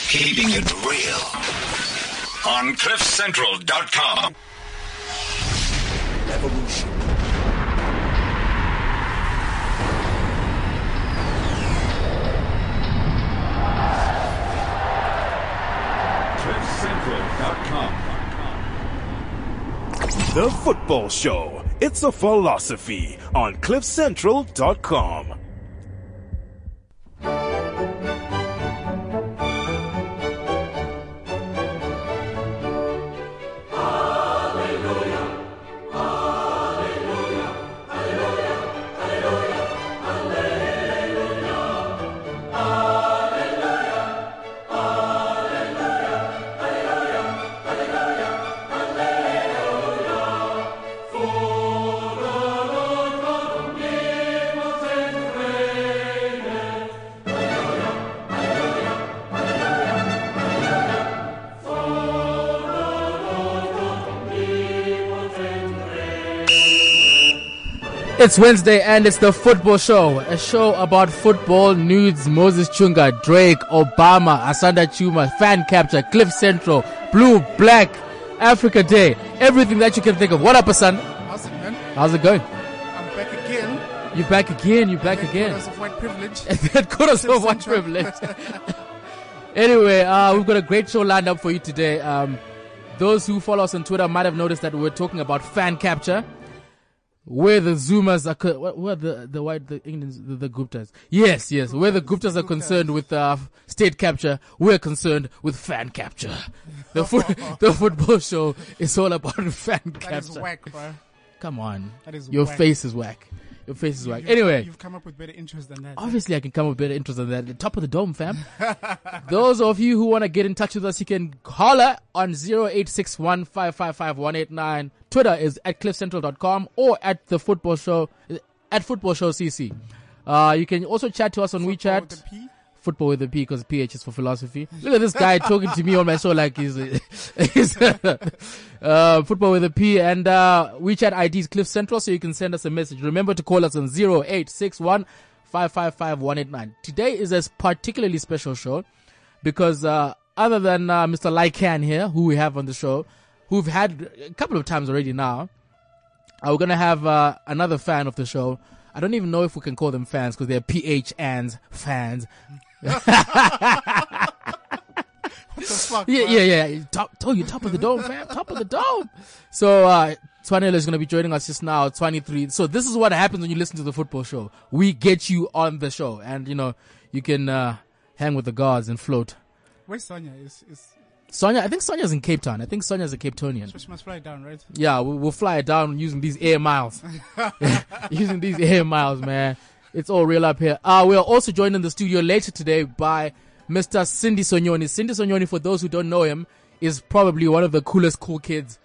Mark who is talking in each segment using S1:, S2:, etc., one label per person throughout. S1: Keeping it real on CliffCentral.com.
S2: Evolution. The Football Show. It's a philosophy on CliffCentral.com.
S3: It's Wednesday and it's the football show, a show about football nudes, Moses Chunga, Drake, Obama, Asanda Chuma, fan capture, Cliff Central, Blue, Black, Africa Day, everything that you can think of. What up, Asanda?
S4: How's it, man?
S3: How's it going?
S4: I'm back again.
S3: You back again? You back
S4: Thank
S3: again?
S4: goodness of white privilege.
S3: that could have so much
S4: Central.
S3: privilege. anyway, uh, we've got a great show lined up for you today. Um, those who follow us on Twitter might have noticed that we're talking about fan capture. Where the Zoomers are, co- where- where the the white the Indians the, the Guptas? Yes, yes. Where the Guptas are concerned with uh, state capture, we're concerned with fan capture. The foot the football show is all about fan
S4: That is
S3: capture.
S4: whack, bro.
S3: Come on,
S4: That is
S3: your
S4: whack.
S3: face is whack. Your face is whack.
S4: You've-
S3: Anyway, Oh,
S4: You've come up with better interest than that.
S3: Obviously, I can come up with better interest than that. The top of the dome, fam. Those of you who want to get in touch with us, you can holler on 0861555189. Twitter is at cliffcentral.com or at the football show, at football show CC. Uh, you can also chat to us on
S4: Football
S3: WeChat.
S4: with a P?
S3: Football with a P because PH is for philosophy. Look at this guy talking to me on my show like he's, he's uh, football with a P and uh, WeChat ID is Cliff Central, so you can send us a message. Remember to call us on 0861 555 Today is a particularly special show because uh, other than uh, Mr. Lycan here, who we have on the show, who we've had a couple of times already now, uh, we're gonna have uh, another fan of the show. I don't even know if we can call them fans because they're PH and fans.
S4: The fuck,
S3: Yeah,
S4: bro?
S3: yeah, yeah. You Top, told you top of the dome, fam. Top of the dome. So, uh, Twanela is going to be joining us just now, 23. So this is what happens when you listen to the football show. We get you on the show and, you know, you can, uh, hang with the gods and float.
S4: Where's Sonia? Is is
S3: Sonia, I think Sonia's in Cape Town. I think Sonia's a Capetonian.
S4: so she must fly down, right?
S3: Yeah, we, we'll fly it down using these air miles. using these air miles, man. It's all real up here. Uh, we are also joined in the studio later today by Mr. Cindy Sonyoni. Cindy Sonyoni, for those who don't know him, is probably one of the coolest cool kids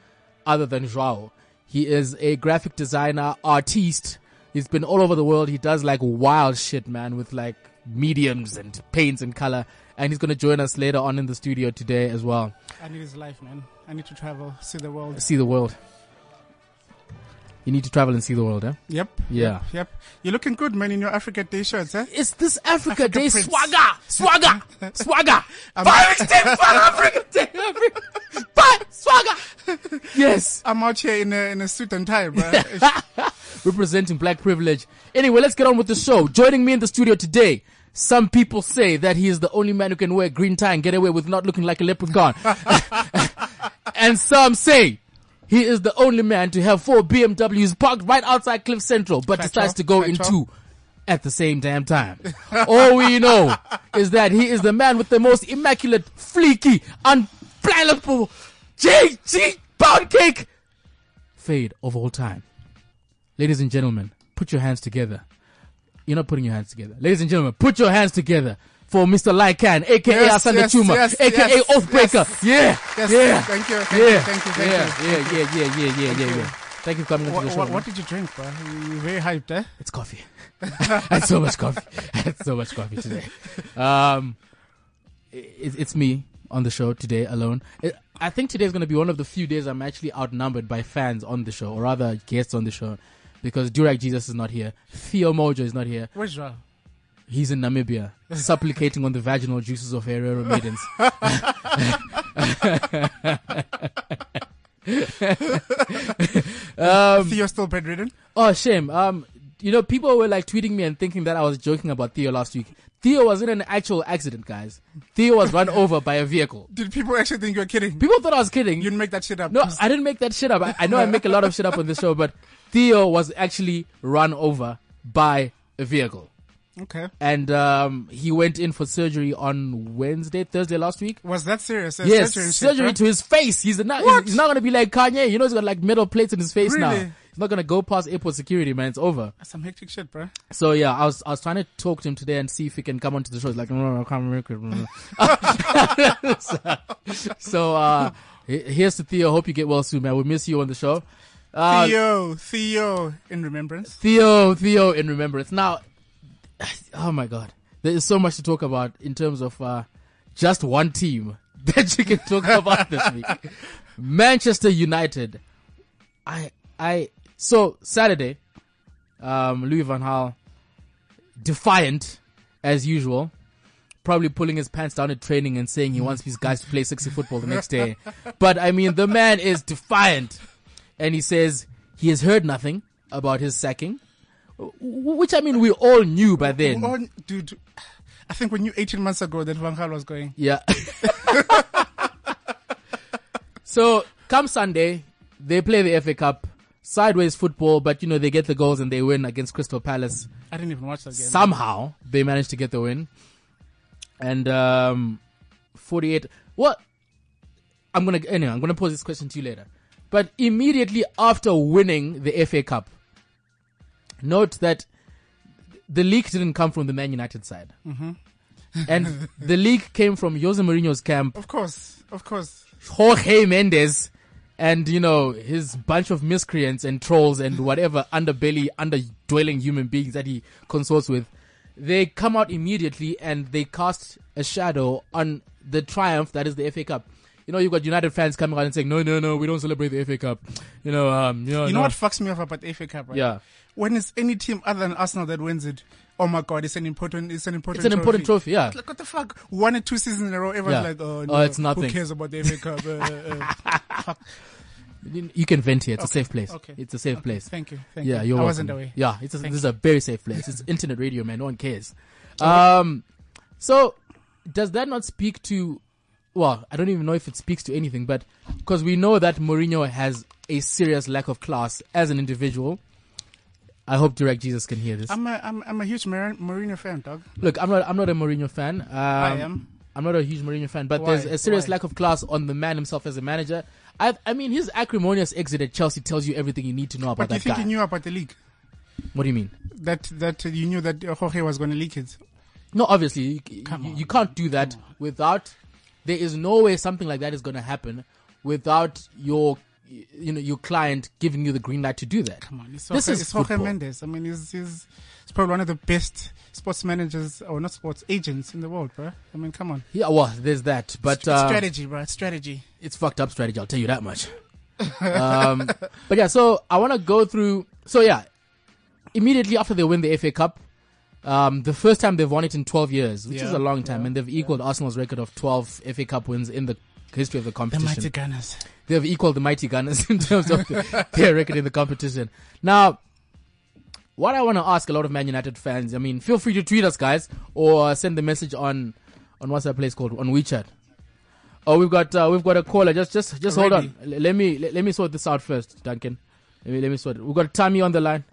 S3: other than Joao. He is a graphic designer, artiste. He's been all over the world. He does like wild shit, man, with like mediums and paints and color. And he's going to join us later on in the studio today as well.
S4: I need his life, man. I need to travel, see the world.
S3: See the world. You need to travel and see the world, eh?
S4: Yep.
S3: Yeah.
S4: Yep. You're looking good, man, in your Africa Day shirts, eh?
S3: It's this Africa,
S4: Africa
S3: Day
S4: Prince.
S3: swagger, swagger, swagger.
S4: I'm-
S3: Five extend for Africa Day, Africa. Five swagger. Yes,
S4: I'm out here in a, in a suit and tie, bro.
S3: representing black privilege. Anyway, let's get on with the show. Joining me in the studio today. Some people say that he is the only man who can wear green tie and get away with not looking like a leprechaun. and some say he is the only man to have four BMWs parked right outside Cliff Central, but
S4: Factual,
S3: decides to go
S4: factual.
S3: in two at the same damn time. All we know is that he is the man with the most immaculate, fleeky, unplannable JG pound cake fade of all time. Ladies and gentlemen, put your hands together. You're not putting your hands together. Ladies and gentlemen, put your hands together for Mr. Lycan, aka
S4: Yes,
S3: Asanda
S4: yes,
S3: Chuma,
S4: yes,
S3: aka
S4: yes,
S3: Oathbreaker. Yeah.
S4: Yes,
S3: yeah.
S4: thank you, thank you,
S3: Yeah.
S4: thank you, thank you,
S3: yeah. Yeah. Yeah. Yeah. Yeah. Yeah. Yeah. Yeah. Thank you Um, for coming on
S4: what,
S3: to the show.
S4: what,
S3: man.
S4: what did you drink, bro? You're very hyped, eh?
S3: It's coffee. I had so much coffee. I had so much coffee today. Um, it, it's me on the show today alone. I I think today's going to be one of the few days I'm actually outnumbered by fans on the show, or rather guests on the show, because Durag Jesus is not here. Theo Mojo is not here.
S4: Where's Ra?
S3: He's in Namibia, supplicating on the vaginal juices of Herero maidens.
S4: Theo's still bedridden.
S3: Oh, shame. Um, you know, people were like tweeting me and thinking that I was joking about Theo last week. Theo was in an actual accident, guys. Theo was run over by a vehicle.
S4: Did people actually think you were kidding?
S3: People thought I was kidding.
S4: You didn't make that shit up.
S3: No, I didn't make that shit up. I, I know I make a lot of shit up on this show, but Theo was actually run over by a vehicle.
S4: Okay.
S3: And um, he went in for surgery on Wednesday, Thursday last week.
S4: Was that serious? There's
S3: Yes,
S4: surgery
S3: surgery,
S4: and shit, right?
S3: to his face. He's not.
S4: What?
S3: He's not gonna be like Kanye. You know, he's got like metal plates in his face now.
S4: Really?
S3: He's not gonna go past airport security, man. It's over.
S4: That's some hectic shit, bro.
S3: So yeah, I was I was trying to talk to him today and see if he can come onto the show. He's like, no, no, no, I can't make it. no, no." so, so uh, he- here's to Theo. Hope you get well soon, man. We miss you on the show. Uh,
S4: Theo, Theo, E in remembrance.
S3: Theo, Theo in remembrance. Now, oh my God, there is so much to talk about in terms of uh, just one team that you can talk about this week. Manchester United. I, I. So Saturday, um, Louis Van Gaal, defiant as usual, probably pulling his pants down at training and saying he wants his guys to play sexy football the next day. But I mean, the man is defiant and he says he has heard nothing about his sacking, w- w- which I mean we all knew by then.
S4: Oh, dude, I think we knew 18 months ago that Van Gaal was going.
S3: Yeah. so come Sunday, they play the FA Cup. Sideways football, but you know, they get the goals and they win against Crystal Palace.
S4: I didn't even watch that game.
S3: Somehow, they managed to get the win. And, um, 48. What? I'm gonna, anyway, I'm gonna pose this question to you later. But immediately after winning the FA Cup, note that the leak didn't come from the Man United side. and the leak came from Jose Mourinho's camp,
S4: Of course, of course.
S3: Jorge Mendes, and you know his bunch of miscreants and trolls and whatever underbelly, underdwelling human beings that he consorts with. They come out immediately and they cast a shadow on the triumph that is the FA Cup. You know, you've got United fans coming out and saying, "No, no, no, we don't celebrate the FA Cup." You know, um, you know,
S4: You
S3: no.
S4: know what fucks me up about the FA Cup, right?
S3: Yeah.
S4: When it's any team other than Arsenal that wins it, oh my god, it's an important, it's an important,
S3: It's an important trophy, yeah.
S4: Like what the fuck? One or two seasons in a row, everyone's
S3: Yeah.
S4: like, oh
S3: Oh,
S4: no,
S3: it's nothing.
S4: Who cares about the FA Cup? Uh, uh,
S3: You you can vent here. It's a safe place.
S4: okay.
S3: It's a safe place.
S4: thank you, thank
S3: Yeah,
S4: you.
S3: you're
S4: I
S3: welcome.
S4: wasn't away.
S3: Yeah, it's a, this is a very safe place. It's internet radio, man. No one cares. Um, so does that not speak to? Well, I don't even know if it speaks to anything, but because we know that Mourinho has a serious lack of class as an individual. I hope Direct Jesus can hear this.
S4: I'm a, I'm, I'm a huge Mar- Mourinho fan, dog.
S3: Look, I'm not. I'm not a Mourinho fan. Um, I
S4: am.
S3: I'm not a huge Mourinho fan, but
S4: Why?
S3: there's a serious
S4: Why?
S3: lack of class on the man himself as a manager. I, I mean, his acrimonious exit at Chelsea tells you everything you need to know about
S4: But you
S3: that
S4: think
S3: guy.
S4: you knew about the league?
S3: what do you mean?
S4: That that you knew that uh, Jorge was going to leak it.
S3: No, obviously, you, you- you, can't do that without. There is no way something like that is going to happen without your, you know, your client giving you the green light to do that.
S4: Come on, it's
S3: this
S4: Jorge,
S3: is
S4: it's Jorge
S3: football.
S4: Mendes. I mean, he's, he's he's probably one of the best sports managers or not sports agents in the world, bro. I mean, come on,
S3: Yeah, well, there's that, but
S4: It's
S3: uh,
S4: strategy, bro, It's strategy.
S3: it's fucked up strategy. I'll tell you that much. um, but yeah, so I want to go through. So yeah, immediately after they win the FA Cup, um, the first time they've won it in 12 years, which is a
S4: Yeah,
S3: long time, and they've equaled Arsenal's record of 12 FA Cup wins in the history of the
S4: The
S3: competition.
S4: mighty Gunners.
S3: they've equaled the mighty Gunners in terms of their record in the competition. Now, what I want to ask a lot of Man United fans, I mean, feel free to tweet us, guys, or send the message on on what's that place called on WeChat. Oh, we've got uh, we've got a caller. Just just just hold on. L- let me let, let me sort this out first, Duncan. Let me let me sort it. We've got Tommy on the line.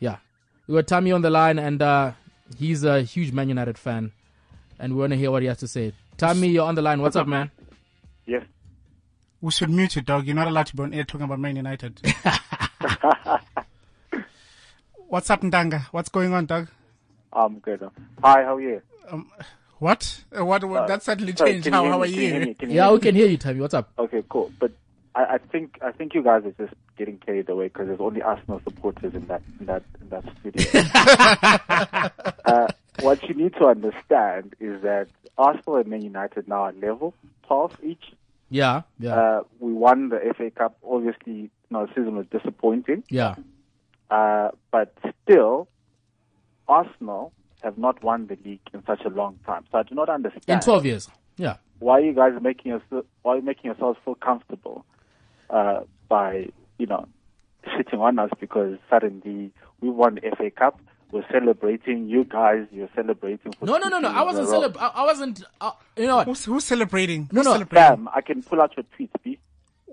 S3: Yeah, we got Tommy on the line, and uh, he's a huge Man United fan, and we want to hear what he has to say. Tommy, you're on the line. What's up, man?
S5: Yes.
S4: We should mute you, dog. You're not allowed to be on air talking about Man United. What's up, Ndanga? What's going on, dog?
S5: I'm good. Hi, how are you?
S4: What? Uh, what? what that suddenly
S5: Sorry,
S4: changed.
S5: can
S4: How,
S5: hear
S4: how are
S5: me? Can hear me?
S4: you?
S5: Can
S3: Yeah,
S5: hear
S3: we
S5: me?
S3: can hear you, Tommy. What's up?
S5: Okay, cool. But I, I think I think you guys are just getting carried away because there's only Arsenal supporters in that in that in that studio. uh, what you need to understand is that Arsenal and Man United now are level, twelve each.
S3: Yeah, yeah,
S5: Uh, we won the FA Cup. Obviously, you know, the season was disappointing.
S3: yeah.
S5: Uh, but still, Arsenal have not won the league in such a long time. So I do not
S3: in
S5: understand
S3: 12 years. Yeah.
S5: why you guys are making yourself why are you making yourselves feel comfortable uh, by you know shitting on us because suddenly we won the FA Cup. We're celebrating you guys. You're celebrating. For
S3: No, no, no, no. I wasn't
S5: celebrating.
S3: celeb- I, I wasn't. Uh, you know what?
S4: Who's, who's celebrating?
S3: No,
S4: Who's
S3: no.
S4: Celebrating?
S5: Damn, I can pull out your tweets, B.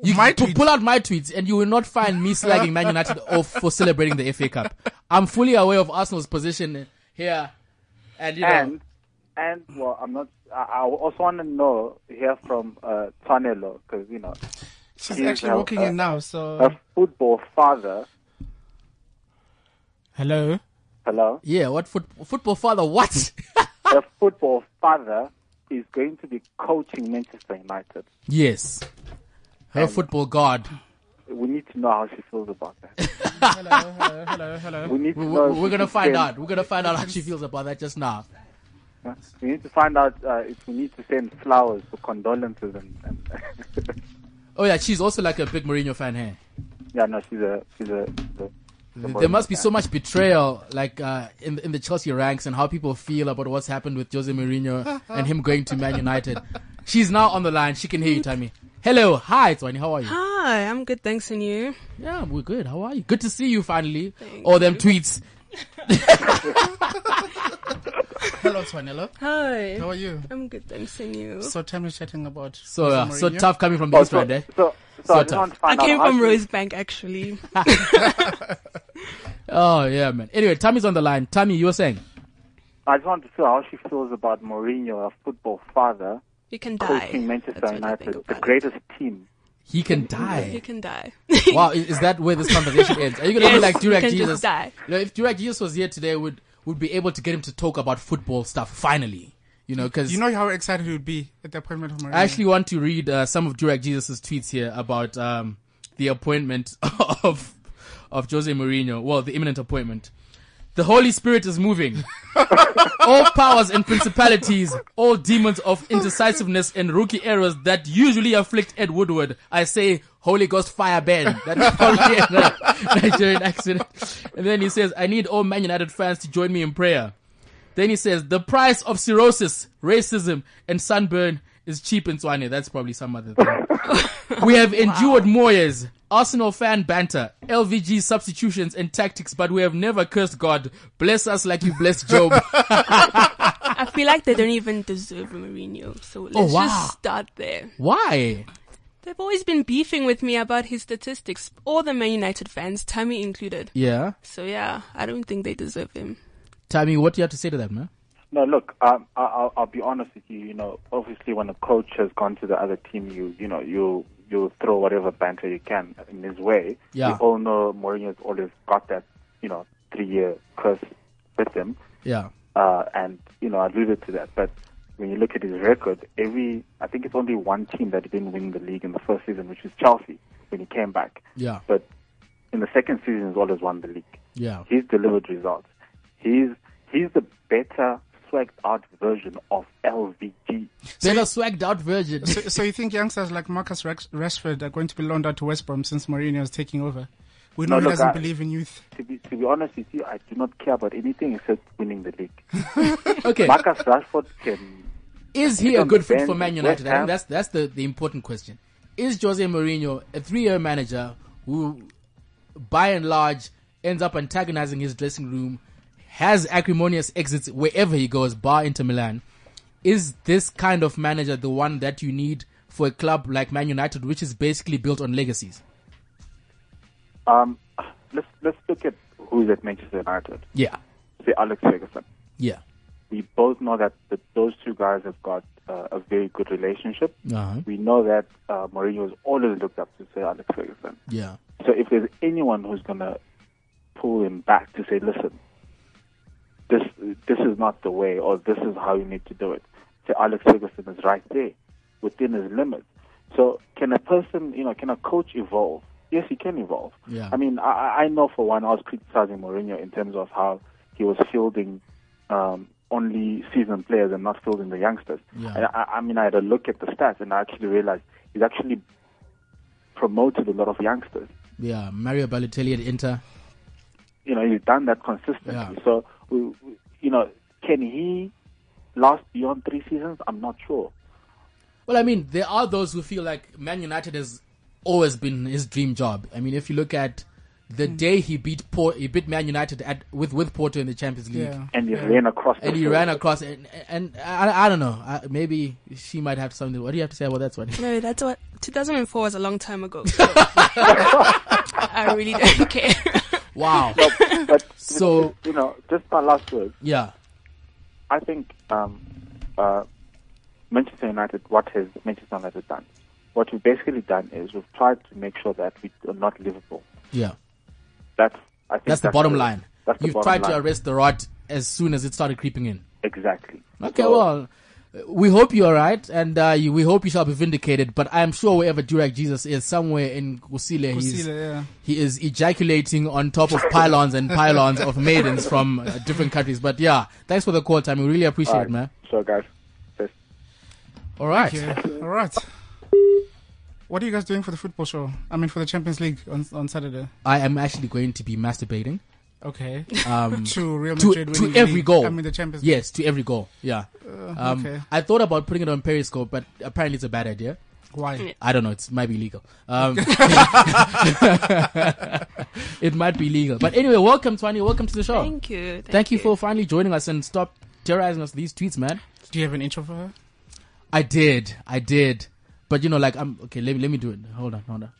S3: You
S4: My
S3: pu-
S4: tweets.
S3: pull out my tweets, and you will not find me slagging Man United off for celebrating the FA Cup. I'm fully aware of Arsenal's position here, and you know.
S5: And and well, I'm not. I, I also want to know hear from uh, Tanelo because you know
S4: She's
S5: He's
S4: actually
S5: now,
S4: walking
S5: uh,
S4: in now. So
S5: a football father.
S4: hello.
S5: Hello.
S3: yeah, what foot- football father? What?
S5: a football father is going to be coaching Manchester United.
S3: yes, her football god.
S5: We need to know how she feels about that.
S4: Hello. Hello. Hello. Hello.
S5: We need to
S3: We-
S5: know.
S3: we-
S5: if
S3: We're
S5: she
S3: gonna
S5: can
S3: find
S5: send-
S3: out. We're gonna find out how she feels about that just now.
S5: We need to find out uh, if we need to send flowers for condolences and. and
S3: Oh yeah, she's also like a big Mourinho fan here.
S5: yeah, no, she's a she's a. She's a
S3: There must be so much betrayal, like uh, in in the Chelsea ranks, and how people feel about what's happened with Jose Mourinho and him going to Man United. She's now on the line. She can hear you, Tammy. Hello, hi, it's Wani. How are you?
S6: Hi, I'm good, thanks, and you?
S3: Yeah, we're good. How are you? Good to see you finally. All them tweets.
S4: Hello, Swanello.
S6: Hi.
S4: How are you?
S6: I'm good, thanks, and you?
S4: So tell me chatting about.
S3: So uh, so
S4: Mourinho.
S3: tough coming from the
S5: Oh,
S3: East
S5: so,
S3: Rand, eh?
S5: so, so
S3: So
S5: I just
S3: tough.
S5: want to
S6: I
S5: find out
S6: came
S5: how
S6: from
S5: she-
S6: Rosebank, actually.
S3: Oh yeah, man. Anyway, Tammy's on the line. Tammy, you were saying?
S5: I just want to feel how she feels about Mourinho, a football father,
S6: You can die.
S5: coaching
S6: That's
S5: Manchester
S6: what I think
S5: United, the
S6: about
S5: greatest team.
S3: He can
S6: it. You
S3: die.
S6: can die.
S3: Wow, i- is that where this conversation ends? Are you gonna be
S6: Yes,
S3: like
S6: you
S3: Durek
S6: can just
S3: Jesus?
S6: die.
S3: You know, if Durek Jesus was here today, would would be able to get him to talk about football stuff finally. You know, because
S4: You know how excited you would be at the appointment of Mourinho.
S3: I actually want to read uh, some of Durek Jesus' tweets here about um, the appointment of of Jose Mourinho. Well, the imminent appointment. The Holy Spirit is moving. all powers and principalities, all demons of indecisiveness and rookie errors that usually afflict Ed Woodward. I say, Holy Ghost fire Ben. That's probably a Nigerian accent. And then he says, I need all Man United fans to join me in prayer. Then he says, the price of cirrhosis, racism, and sunburn is cheap in Swane. That's probably some other thing. we have endured Moyes, Arsenal fan banter, LVG substitutions and tactics, but we have never cursed God. Bless us like you blessed Job.
S6: I feel like they don't even deserve Mourinho, so let's
S3: wow.
S6: just start there.
S3: Why?
S6: They've always been beefing with me about his statistics, all the Man United fans, Tammy included.
S3: Yeah.
S6: So yeah, I don't think they deserve him.
S3: Tammy, what do you have to say to that, man?
S5: No, look, um, I, I'll, I'll be honest with you. You know, obviously, when a coach has gone to the other team, you you know you you throw whatever banter you can in his way.
S3: Yeah.
S5: We all know Mourinho's always got that you know three year curse with him,
S3: Yeah.
S5: uh, and you know I alluded to that. But when you look at his record, every I think it's only one team that didn't win the league in the first season, which is Chelsea when he came back.
S3: Yeah.
S5: But in the second season, he's always won the league.
S3: Yeah.
S5: He's delivered results. He's he's the better swagged out version of LVG.
S3: Better swagged out virgin.
S4: So, so you think youngsters like Marcus Rash- Rashford are going to be loaned out to West Brom since Mourinho is taking over? We know
S5: No,
S4: he
S5: look,
S4: doesn't
S5: I-
S4: believe in youth.
S5: To be to be honest with you, I do not care about anything except winning the league.
S3: Okay.
S5: Marcus Rashford can
S3: Is he a
S5: on
S3: good
S5: the
S3: fit
S5: bench
S3: for Man
S5: at
S3: United?
S5: West
S3: I think
S5: Ham.
S3: that's that's the, the important question. Is Jose Mourinho a three year manager who by and large ends up antagonizing his dressing room, has acrimonious exits wherever he goes, bar into Milan? Is this kind of manager the one that you need for a club like Man United, which is basically built on legacies?
S5: um let's let's look at who's at Manchester United.
S3: Yeah.
S5: Say Alex Ferguson.
S3: Yeah.
S5: We both know that the, those two guys have got uh, a very good relationship.
S3: Uh-huh.
S5: We know that uh, Mourinho has always looked up to Sir Alex Ferguson.
S3: Yeah.
S5: So if there's anyone who's going to pull him back to say, listen, this this is not the way, or this is how you need to do it, say Alex Ferguson is right there, within his limits. So can a person, you know, can a coach evolve? Yes, he can evolve.
S3: Yeah.
S5: I mean, I- I, I know for one, I was criticizing Mourinho in terms of how he was fielding um, only seasoned players and not fielding the youngsters.
S3: Yeah.
S5: And I, I mean, I had a look at the stats and I actually realized he's actually promoted a lot of youngsters
S3: Yeah. Mario Balotelli at Inter.
S5: you know, he's done that consistently.
S3: Yeah.
S5: So, we, we- you know, Can he last beyond three seasons? I'm not sure.
S3: Well, I mean, there are those who feel like Man United has always been his dream job. I mean, if you look at the day he beat Port, he beat Man United at with with Porto in the Champions League,
S4: Yeah.
S5: And he ran across. the
S3: and he
S5: field.
S3: ran across. And, and I, I don't know. I, maybe she might have something. What do you have to say about that one?
S6: No, that's what 2004 was a long time ago. so I really don't care.
S3: Wow.
S5: But, but
S3: So-
S5: you know, just my last words.
S3: yeah.
S5: I think um, uh, Manchester United, what has Manchester United done? What we've basically done is we've tried to make sure that we are not livable.
S3: Yeah.
S5: That's I think
S3: That's the bottom
S5: the-
S3: line.
S5: That's the
S3: You've
S5: bottom
S3: tried to
S5: line.
S3: arrest the rot as soon as it started creeping in.
S5: exactly.
S3: Okay,
S5: So,
S3: well, we hope you're right, and uh, you, we hope you shall be vindicated. But I'm sure wherever Durag Jesus is, somewhere in Kusile, he's,
S4: Kusile, yeah.
S3: he is ejaculating on top of pylons and pylons of maidens from uh, different countries. But yeah, thanks for the call, time. We really appreciate
S5: all
S3: it,
S5: right.
S3: man.
S5: So guys, just
S3: All right.
S4: Yeah. All right. What are you guys doing for the football show? I mean, for the Champions League on on Saturday.
S3: I am actually going to be masturbating
S4: Okay.
S3: um,
S4: to Real
S3: to,
S4: Madrid
S3: to
S4: winning the
S3: every
S4: league.
S3: goal.
S4: I mean, the Champions League.
S3: Yes, to every goal. Yeah. Um,
S4: okay.
S3: I thought about putting it on Periscope, but apparently it's a bad idea.
S4: Why?
S3: I don't know. It might be legal. Um, it might be legal. But anyway, welcome, Twani. Welcome to the show.
S6: Thank you. Thank,
S3: Thank you for finally joining us and stop terrorizing us with these tweets, man.
S4: Do you have an intro for her?
S3: I did. I did. But you know, like, I'm okay. Let me let me do it. Hold on. Hold on.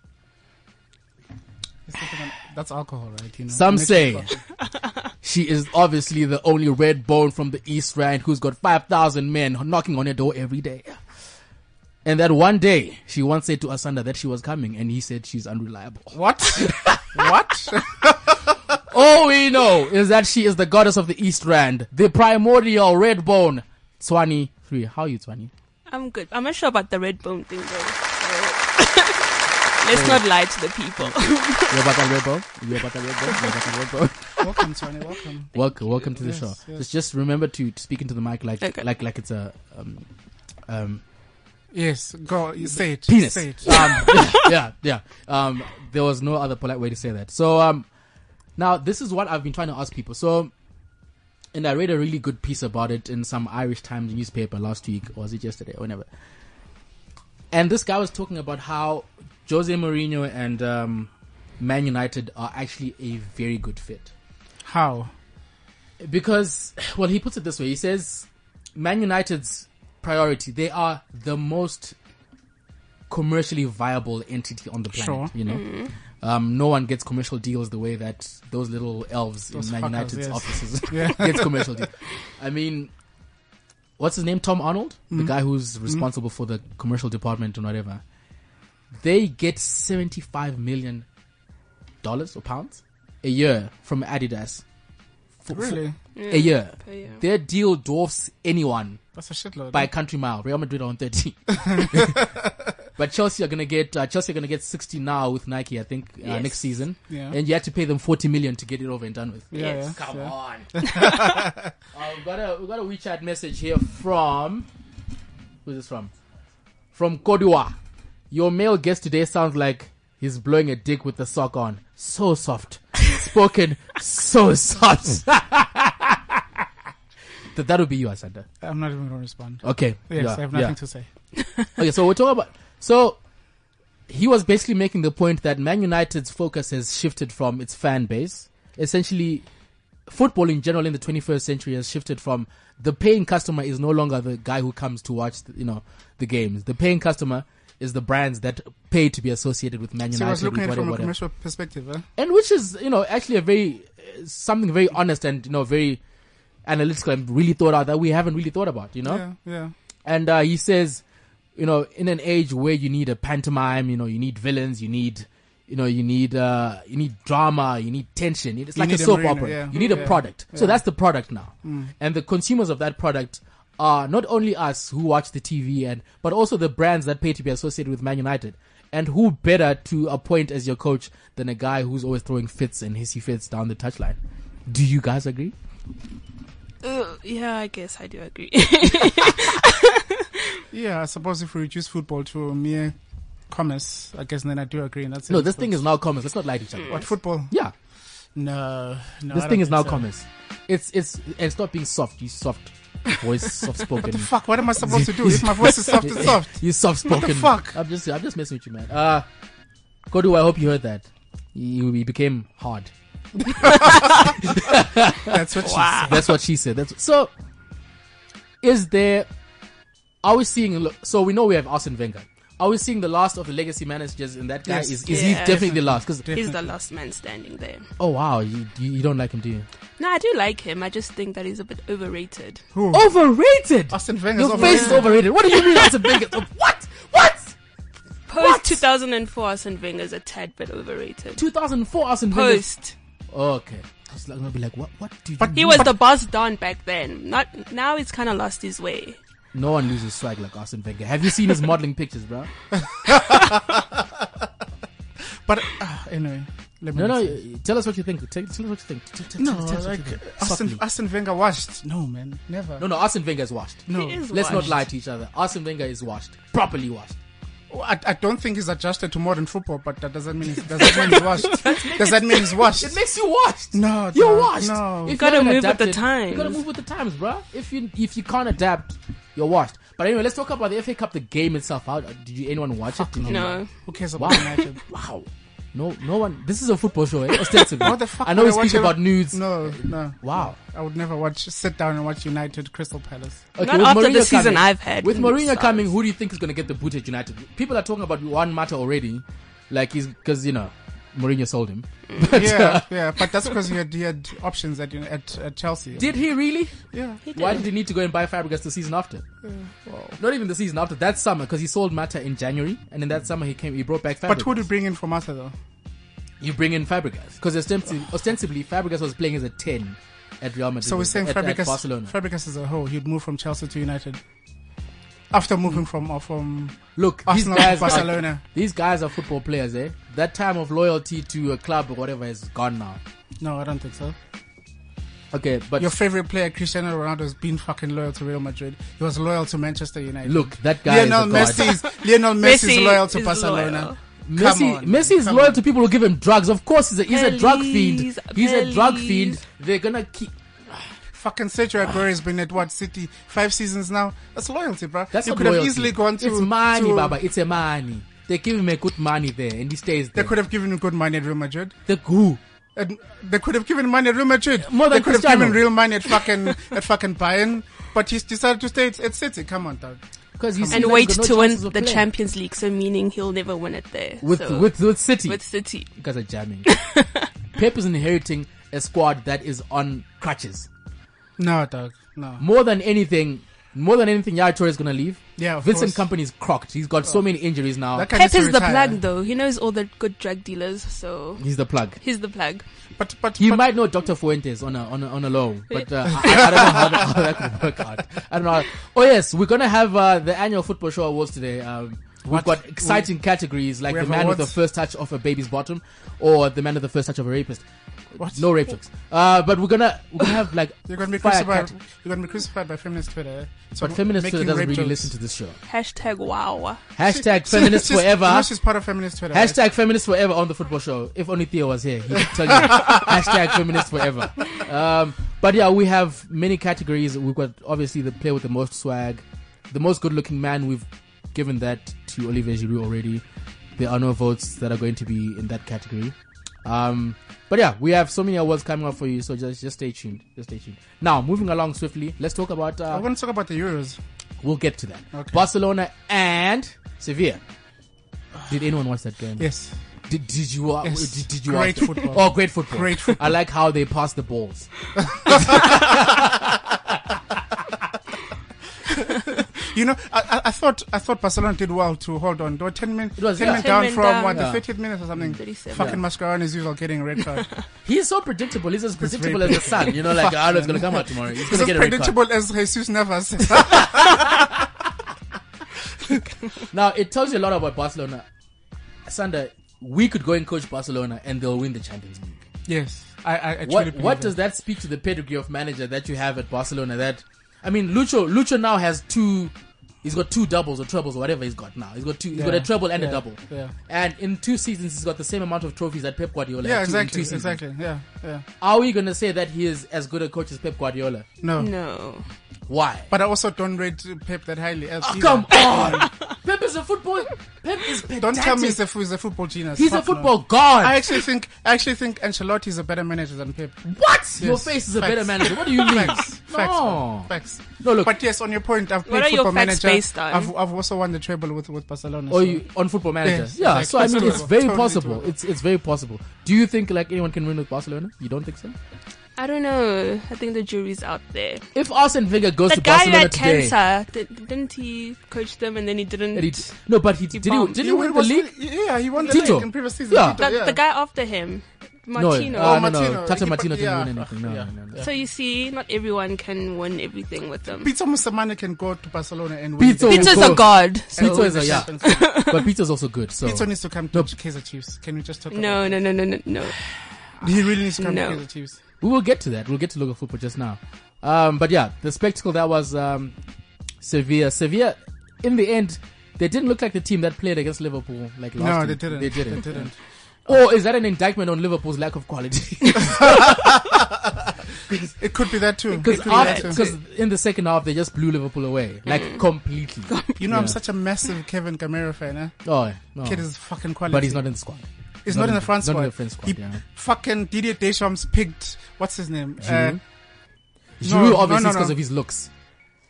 S4: It's different than- That's alcohol, right? You know,
S3: Some
S4: Makes
S3: say
S4: you fuck.
S3: she is obviously the only red bone from the East Rand who's got five thousand men knocking on her door every day. And that one day, she once said to Asanda that she was coming, and he said she's unreliable.
S4: What? what?
S3: All we know is that she is the goddess of the East Rand, the primordial red bone. 23. How are you, 20?
S6: I'm good. I'm not sure about the red bone thing though. So let's not lie to the people.
S3: You're about that red bone? You're about that red bone? You're about that red bone?
S4: welcome, Tony. Welcome.
S3: welcome, welcome to the show.
S4: yes.
S3: Just, just remember to, to speak into the mic like,
S6: Okay.
S3: like, like it's a, um, um,
S4: Yes. Go. You say it.
S3: penis.
S4: Say it.
S3: Um, yeah, yeah. Um, there was no other polite way to say that. So, um, now this is what I've been trying to ask people. So, and I read a really good piece about it in some Irish Times newspaper last week, or was it yesterday, or whenever. And this guy was talking about how Jose Mourinho and um, Man United are actually a very good fit
S4: How?
S3: because well he puts it this way he says man united's priority they are the most commercially viable entity on the planet
S4: Sure.
S3: you know um, no one gets commercial deals the way that those little elves
S4: Those
S3: in man
S4: fuckers,
S3: united's
S4: yes.
S3: offices gets commercial deals i mean what's his name tom arnold
S4: Mm.
S3: the guy who's
S4: Mm-hmm.
S3: responsible for the commercial department and whatever they get 75 million dollars or pounds a year from adidas for, for-
S4: Really?
S3: a year.
S6: per year.
S3: Their deal dwarfs anyone
S4: That's a shitload.
S3: by a country mile. Real Madrid are on 30. but Chelsea are going to get, uh, Chelsea are going to get 60 now with Nike, I think, uh,
S6: Yes.
S3: next season.
S4: Yeah.
S3: And you had to pay them 40 million to get it over and done with.
S4: Yeah,
S6: Yes.
S4: yeah,
S3: Come
S4: yeah.
S3: on. uh, we've, got a, we've got a WeChat message here from, who's this from? From Kodua. Your male guest today sounds like he's blowing a dick with the sock on. So soft. Spoken so soft. Th- that would be you, Asanda.
S4: I'm not even gonna respond.
S3: Okay. Uh,
S4: Yes,
S3: yeah,
S4: I have nothing
S3: yeah.
S4: to say.
S3: Okay, so we're talking about. So he was basically making the point that Man United's focus has shifted from its fan base. Essentially, football in general in the 21st century has shifted from the paying customer is no longer the guy who comes to watch, you know, the games. The paying customer is the brands that pay to be associated with Man
S4: So I
S3: United,
S4: was looking at it
S3: whatever,
S4: from a
S3: whatever.
S4: commercial perspective. eh? Huh?
S3: and which is you know actually a very uh, something very honest and you know very analytical and really thought out that we haven't really thought about, you know.
S4: Yeah, yeah.
S3: And uh, he says, you know, in an age where you need a pantomime, you know, you need villains, you need, you know, you need, uh, you need drama, you need tension. It's like a
S4: need a
S3: soap
S4: marina,
S3: opera.
S4: yeah.
S3: You need a
S4: Yeah. Mm.
S3: product. So that's the product now. And the consumers of that product are not only us who watch the TV and, but also the brands that pay to be associated with Man United. And who better to appoint as your coach than a guy who's always throwing fits and hissy fits down the touchline? Do you guys agree?
S6: Uh, yeah, I guess I do agree.
S4: Yeah, I suppose if we reduce football to a mere commerce, I guess then I do agree. And that's
S3: No, this thing is now common. Let's not lie to each other.
S4: what football.
S3: Yeah.
S4: No, no.
S3: this
S4: I
S3: thing
S4: don't
S3: is now
S4: think so.
S3: commerce. It's it's and stop being soft. You soft voice, soft spoken.
S4: What the fuck? What am I supposed to do? If my voice is soft, it's soft.
S3: you soft spoken.
S4: What the fuck?
S3: I'm just I'm just messing with you, man. Uh, Kodu, I hope you heard that. You, you became hard.
S4: That's what she said.
S3: That's what she said. That's so. Is there? Are we seeing? look, So we know we have Arsene Wenger. Are we seeing the last of the legacy managers? And that guy
S4: Yes.
S3: is—is he
S6: Yeah.
S3: definitely the last? Because
S6: He's the last man standing there.
S3: oh wow, you, you you don't like him, do you?
S6: No, I do like him. I just think that he's a bit overrated.
S4: Who?
S3: Overrated.
S4: Arsene Wenger's
S3: Your
S4: overrated.
S3: face is overrated. What do you mean Arsene Wenger? Oh, What? What?
S6: Post 2004, Arsene Wenger's a tad bit overrated.
S3: 2004 Arsene Wenger.
S6: Post.
S3: Okay. I was like, gonna be like, what? What do you?
S6: He was the boss don back then. Not now. He's kind of lost his way.
S3: No one loses swag like Arsene Wenger. Have you seen his modeling pictures, bro?
S4: But uh, anyway, let me.
S3: No, no.
S4: not say.
S3: y- Tell us what you think. Tell, tell us what you think. Tell- tell-
S4: No,
S3: tell us what you
S4: like
S3: think.
S4: Arsene,
S3: Subtly.
S4: Arsene Wenger washed. No, man, never.
S3: No, no, Arsene Wenger is washed.
S4: No.
S6: He is
S3: Let's
S6: washed.
S3: not lie to each other. Arsene Wenger is washed. Properly washed.
S4: I, I don't think he's adjusted to modern football, but that doesn't mean he's, does that mean he's washed? does that mean he's washed?
S3: It makes you washed.
S4: No,
S3: You're
S4: no,
S3: washed.
S4: no.
S3: If
S6: Gotta
S3: haven't
S6: move with the
S3: You gotta
S6: times.
S3: move with the times, bro. If you if you can't adapt, you're washed. But anyway, let's talk about the FA Cup, the game itself. How uh, did you anyone watch it? Did you-
S6: No.
S4: Who cares
S3: Wow.
S4: about United?
S3: Wow. No, no one. This is a football show, eh? Ostensibly.
S4: What the fuck?
S3: I know
S4: would
S3: we
S4: watch
S3: speak
S4: ever-
S3: about nudes.
S4: No, no.
S3: Wow.
S4: I would never watch. Sit down and watch United Crystal Palace.
S3: Okay,
S6: Not after the
S3: Mourinho
S6: season
S3: coming-
S6: I've had
S3: With
S6: in the
S3: Mourinho
S6: Stars.
S3: coming, who do you think is going to get the boot at United? People are talking about Juan Mata already, like he's because you know Mourinho sold him.
S4: yeah, yeah. But that's because he had, he had options at, at at Chelsea.
S3: Did he really?
S4: yeah.
S3: Why did he need to go and buy Fabregas the season after?
S6: Hmm.
S3: Not even the season after that summer, because he sold Mata in January, and then
S6: Hmm.
S3: that summer he came, he brought back Fabregas.
S4: But who did bring in for Mata though?
S3: you bring in Fabregas? Because ostensibly, ostensibly Fabregas was playing as a ten at Real Madrid.
S4: So we're saying
S3: at, at
S4: Fabregas.
S3: Barcelona.
S4: Fabregas is a whole. He'd move from Chelsea to United after moving from uh, from
S3: Look,
S4: Arsenal
S3: these
S4: to
S3: guys
S4: Barcelona.
S3: Are, these guys are football players, eh? That time of loyalty to a club or whatever is gone now.
S4: No, I don't think so.
S3: Okay, but
S4: Your favorite player, Cristiano Ronaldo, has been fucking loyal to Real Madrid. He was loyal to Manchester United.
S3: look, that guy
S4: Lionel
S3: is a
S4: Messi
S3: god.
S4: is Lionel Messi is
S6: Messi
S4: loyal to
S6: is
S4: Barcelona. Come
S3: Messi,
S4: on,
S3: Messi is
S4: come
S3: loyal
S4: on.
S3: to people who give him drugs. Of course, he's a, he's a drug fiend. He's
S6: Please,
S3: a drug
S6: please.
S3: fiend. They're gonna keep.
S4: Fucking Sergio Aguero has been at what City five seasons now. That's loyalty, bro.
S3: That's
S4: you
S3: not
S4: could have
S3: loyalty.
S4: easily gone to.
S3: It's money,
S4: to-
S3: Baba. It's a money. They give him a good money there, and he stays
S4: They
S3: there.
S4: could have given him good money at Real Madrid.
S3: the who?
S4: And they could have given money at Real Madrid.
S3: More than
S4: they could
S3: Cristiano.
S4: have given real money at fucking at fucking Bayern. But he's decided to stay at, at City. Come on, dog.
S3: Because he's
S6: And wait to win the Champions League, so meaning he'll never win it there.
S3: with
S6: so,
S3: with with City.
S6: with City.
S3: you guys are jamming. Pep is inheriting a squad that is on crutches.
S4: No, dog. No.
S3: More than anything, more than anything, Yaya Toure is gonna leave.
S4: Yeah, of
S3: Vincent
S4: course.
S3: Company's crocked. He's got so many injuries now.
S4: That guy
S6: Pep
S4: needs to
S6: is the
S4: retire.
S6: plug, though. He knows all the good drug dealers, so
S3: he's the plug.
S6: he's the plug.
S4: But but
S3: You
S4: but,
S3: might know Dr. Fuentes on a, on a, on a low, but uh, I, I don't know how that, how that could work out. I don't know. How, oh yes, we're gonna have uh, the annual football show awards today. Um, we've
S4: What?
S3: got exciting categories like
S4: We
S3: the
S4: have
S3: man with the
S4: awards?
S3: first touch of a baby's bottom, or the man with the first touch of a rapist.
S4: What?
S3: No rape jokes. Uh, but we're gonna we're gonna have like
S4: You're gonna be
S3: fire
S4: crucified.
S3: cat-
S4: You're gonna be crucified by feminist Twitter. eh? So
S3: But feminist
S4: making
S3: Twitter doesn't
S4: rape
S3: really
S4: jokes.
S3: listen to this show.
S6: Hashtag wow.
S3: Hashtag feminist
S4: She's-
S3: forever.
S4: You know she's part of feminist Twitter. eh? right?
S3: Hashtag feminist forever on the football show. If only Theo was here, he could tell you. Hashtag feminist forever. Um, but yeah, we have many categories. We've got obviously the player with the most swag, the most good looking man. We've given that to Olivier Giroud already. There are no votes that are going to be in that category. Um, but yeah, we have so many awards coming up for you. So just just stay tuned. Just stay tuned. Now moving along swiftly, let's talk about.
S4: I
S3: Uh,
S4: want to talk about the Euros.
S3: we'll get to that.
S4: Okay.
S3: Barcelona and Sevilla. Did anyone watch that game?
S4: Yes.
S3: Did, did you uh,
S4: Yes.
S3: did, did you
S4: Great
S3: ask-
S4: football.
S3: Oh, great football!
S4: Great football.
S3: I like how they pass the balls.
S4: You know, I, I, I thought I thought Barcelona did well to hold on. They were ten minutes,
S3: was,
S4: ten
S3: yeah.
S4: minutes
S6: 10
S4: down
S6: men
S4: from
S6: down.
S4: what
S3: Yeah.
S4: the thirtieth minute or something.
S6: 37.
S4: Fucking Mascherano is usual getting a red card.
S3: He's so predictable. He's as predictable as
S4: very
S3: the sun. You know, like I know it's gonna come out tomorrow. He's
S4: It's
S3: gonna
S4: as
S3: get a red card.
S4: predictable as Jesus Navas.
S3: Now it tells you a lot about Barcelona. Sander, we could go and coach Barcelona, and they'll win the Champions League.
S4: yes, I. I, I truly
S3: What
S4: believe
S3: What
S4: it.
S3: does that speak to the pedigree of manager that you have at Barcelona? That I mean, Lucho Lucho now has two He's got two doubles or trebles or whatever he's got now. He's got two. He's got a
S4: Yeah,
S3: treble and a
S4: yeah,
S3: double.
S4: yeah.
S3: And in two seasons, he's got the same amount of trophies that Pep Guardiola.
S4: yeah,
S3: had two- in
S4: exactly,
S3: two seasons.
S4: exactly. Yeah, yeah.
S3: Are we gonna say that he is as good a coach as Pep Guardiola?
S4: No.
S6: No.
S3: Why?
S4: But I also don't rate Pep that highly. As
S3: Oh,
S4: either.
S3: come on, Pep is a football. Pep is pedantic.
S4: Don't tell me he's a, he's a football genius.
S3: He's a
S4: Fuck no.
S3: football god.
S4: I actually think I actually think Ancelotti is a better manager than Pep.
S3: what? Your
S4: Yes.
S3: face is a
S4: Facts.
S3: better manager. What do you mean?
S4: Facts,
S3: no.
S4: facts, man. facts.
S3: No, look.
S4: But yes, on your point, I've played
S6: are your
S4: football
S6: facts
S4: manager.
S6: based on?
S4: I've, I've also won the treble with, with Barcelona.
S3: Or
S4: so-
S3: Oh, you, on Football Manager,
S4: Yes,
S3: yeah.
S4: exactly.
S3: So I mean,
S4: Totally
S3: it's very
S4: doable. Totally
S3: possible.
S4: doable.
S3: It's it's very possible. Do you think like anyone can win with Barcelona? You don't think so?
S6: I don't know. I think the jury's out there.
S3: If Arsene Wenger goes
S6: The
S3: to
S6: guy
S3: Barcelona
S6: that
S3: today,
S6: cancer, di- didn't he coach them and then he didn't?
S3: and he, no, but he did. He,
S6: bombed.
S3: did he
S4: He
S3: win the
S4: was-
S3: league?
S4: Yeah, he won the
S3: Tito.
S4: league in previous season.
S3: Yeah.
S6: the,
S4: Tito, yeah.
S6: the guy after him, Martino.
S3: No, uh,
S4: Oh,
S3: no, no.
S4: Martino.
S3: Tata
S4: He-
S3: Martino didn't
S4: yeah.
S3: win anything. No,
S4: Yeah.
S3: no, no.
S6: So you see, not everyone can win everything with them.
S4: Peter Musamani can go to Barcelona and win.
S3: Pizzo,
S4: the-
S6: Peter's
S3: will
S6: a
S3: go.
S6: god. So.
S3: Pizzo is a yeah, but Pizzo's also good. So
S4: Pizzo needs to come to Kaiser Chiefs. Can we just talk
S6: No, no, no, no, no, no.
S4: about He really needs to come
S6: No.
S4: to Kaiser Chiefs.
S3: we will get to that. We'll get to local football just now. Um, but yeah, the spectacle that was um, Sevilla. Sevilla, in the end, they didn't look like the team that played against Liverpool like last
S4: No,
S3: week.
S4: they didn't.
S3: They didn't.
S4: They didn't.
S3: Or is that an indictment on Liverpool's lack of quality?
S4: It could be that too. It could be that too.
S3: Because in the second half they just blew Liverpool away, like completely.
S4: You know,
S3: Yeah.
S4: I'm such a massive Kevin Gamero fan. Eh?
S3: Oh no,
S4: Kid is fucking quality.
S3: but he's not in the squad.
S4: He's not, in the France
S3: not
S4: squad.
S3: in the French squad,
S4: He
S3: yeah.
S4: Fucking Didier Deschamps picked what's his name? Uh,
S3: Giroud?
S4: No,
S3: Giroud
S4: no,
S3: obviously
S4: no,
S3: because
S4: no.
S3: of his looks.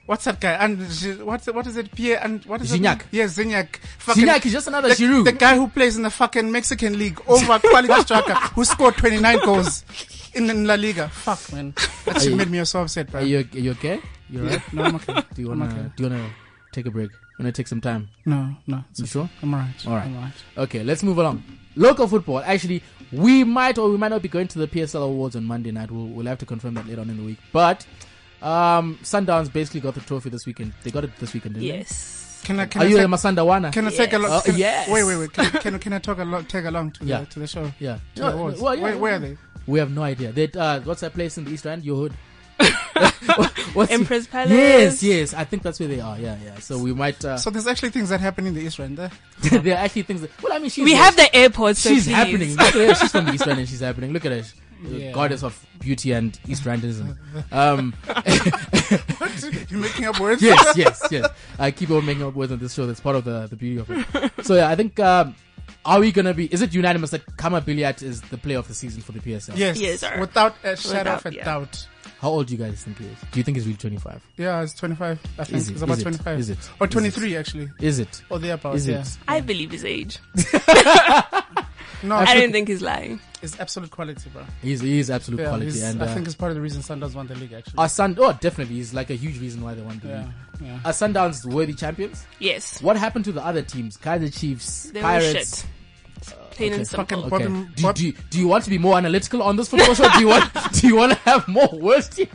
S4: what's that guy? And Gi- what's what is it? Pierre and what is
S3: Gignac.
S4: it? Yeah, Zignac. Fucking,
S3: Gignac is just another
S4: the,
S3: Giroud.
S4: the guy who plays in the fucking Mexican league over quality striker who scored 29 goals in, in La Liga. Fuck man, that
S3: you-
S4: shit made me so upset, bro.
S3: Are you, are you okay? You alright?
S4: No, I'm okay.
S3: Do you wanna
S4: okay.
S3: do you wanna take a break? You wanna take some time?
S4: No, no, it's
S3: You
S4: okay.
S3: sure?
S4: I'm alright.
S3: All right.
S4: I'm alright.
S3: Okay, let's move along. Local football. Actually, we might or we might not be going to the PSL awards on Monday night. We'll, we'll have to confirm that later on in the week. But um, Sundowns basically got the trophy this weekend. They got it this weekend, didn't
S6: Yes.
S4: Can I?
S3: they?
S4: Can
S3: Are
S4: I
S3: you
S4: take-
S3: a Masandawana?
S4: Can I take a
S3: Oh,
S4: look? Can,
S3: yes.
S4: Wait, wait, wait. Can, can, can I talk a lot? Take along to the
S3: Yeah.
S4: to the show.
S3: yeah.
S4: To the awards.
S3: well, yeah,
S4: where,
S3: yeah.
S4: where are they?
S3: We have no idea. That uh, what's that place in the East End? Your hood. What's the-
S6: Empress Palace.
S3: Yes, yes. I think that's where they are. Yeah, yeah. So we might. Uh,
S4: So there's actually things that happen in the East Rand. eh?
S3: there are actually things. That, well, I mean, she's
S6: We have the airport, so
S3: she's
S6: please.
S3: happening. Look at her. She's from the East End and she's happening. Look at her.
S4: Yeah.
S3: Goddess of beauty and East Randism. Um,
S4: You're making up words.
S3: yes, yes, yes. I keep on making up words on this show. That's part of the, the beauty of it. So yeah, I think um, are we gonna be? Is it unanimous that Kama Biliat is the player of the season for the PSL?
S4: Yes.
S6: Yes, sir.
S4: Without a shadow
S6: Without,
S4: of a
S6: yeah.
S4: doubt.
S3: How old do you guys think he is? Do you think he's really twenty five?
S4: Yeah, it's 25. I think
S3: Is it?
S4: it's about
S3: Is it?
S4: 25.
S3: Is it?
S4: Or
S3: Is it?
S4: 23 actually.
S3: Is it?
S4: Or thereabouts.
S3: Is
S4: Oh, Yeah.
S3: it?
S6: I believe his age.
S4: No,
S6: I don't think he's lying.
S4: it's absolute quality, bro.
S3: He's he is absolute
S4: Yeah,
S3: quality,
S4: he's-
S3: and
S4: I
S3: uh,
S4: think it's part of the reason Sundowns won the league actually.
S3: our Sun. Oh, definitely, he's like a huge reason why they won the
S4: yeah,
S3: league.
S4: yeah.
S3: Our Sundowns worthy champions.
S6: Yes.
S3: What happened to the other teams? Kaiser Chiefs,
S6: They were
S3: Pirates. Oh,
S6: shit. Plain
S3: okay.
S6: and simple.
S4: Fucking-
S3: Okay.
S4: Bottom-
S3: Do,
S4: bot-
S3: do, do you want to be more analytical on this football show? Do you want do you want to have more worst? team?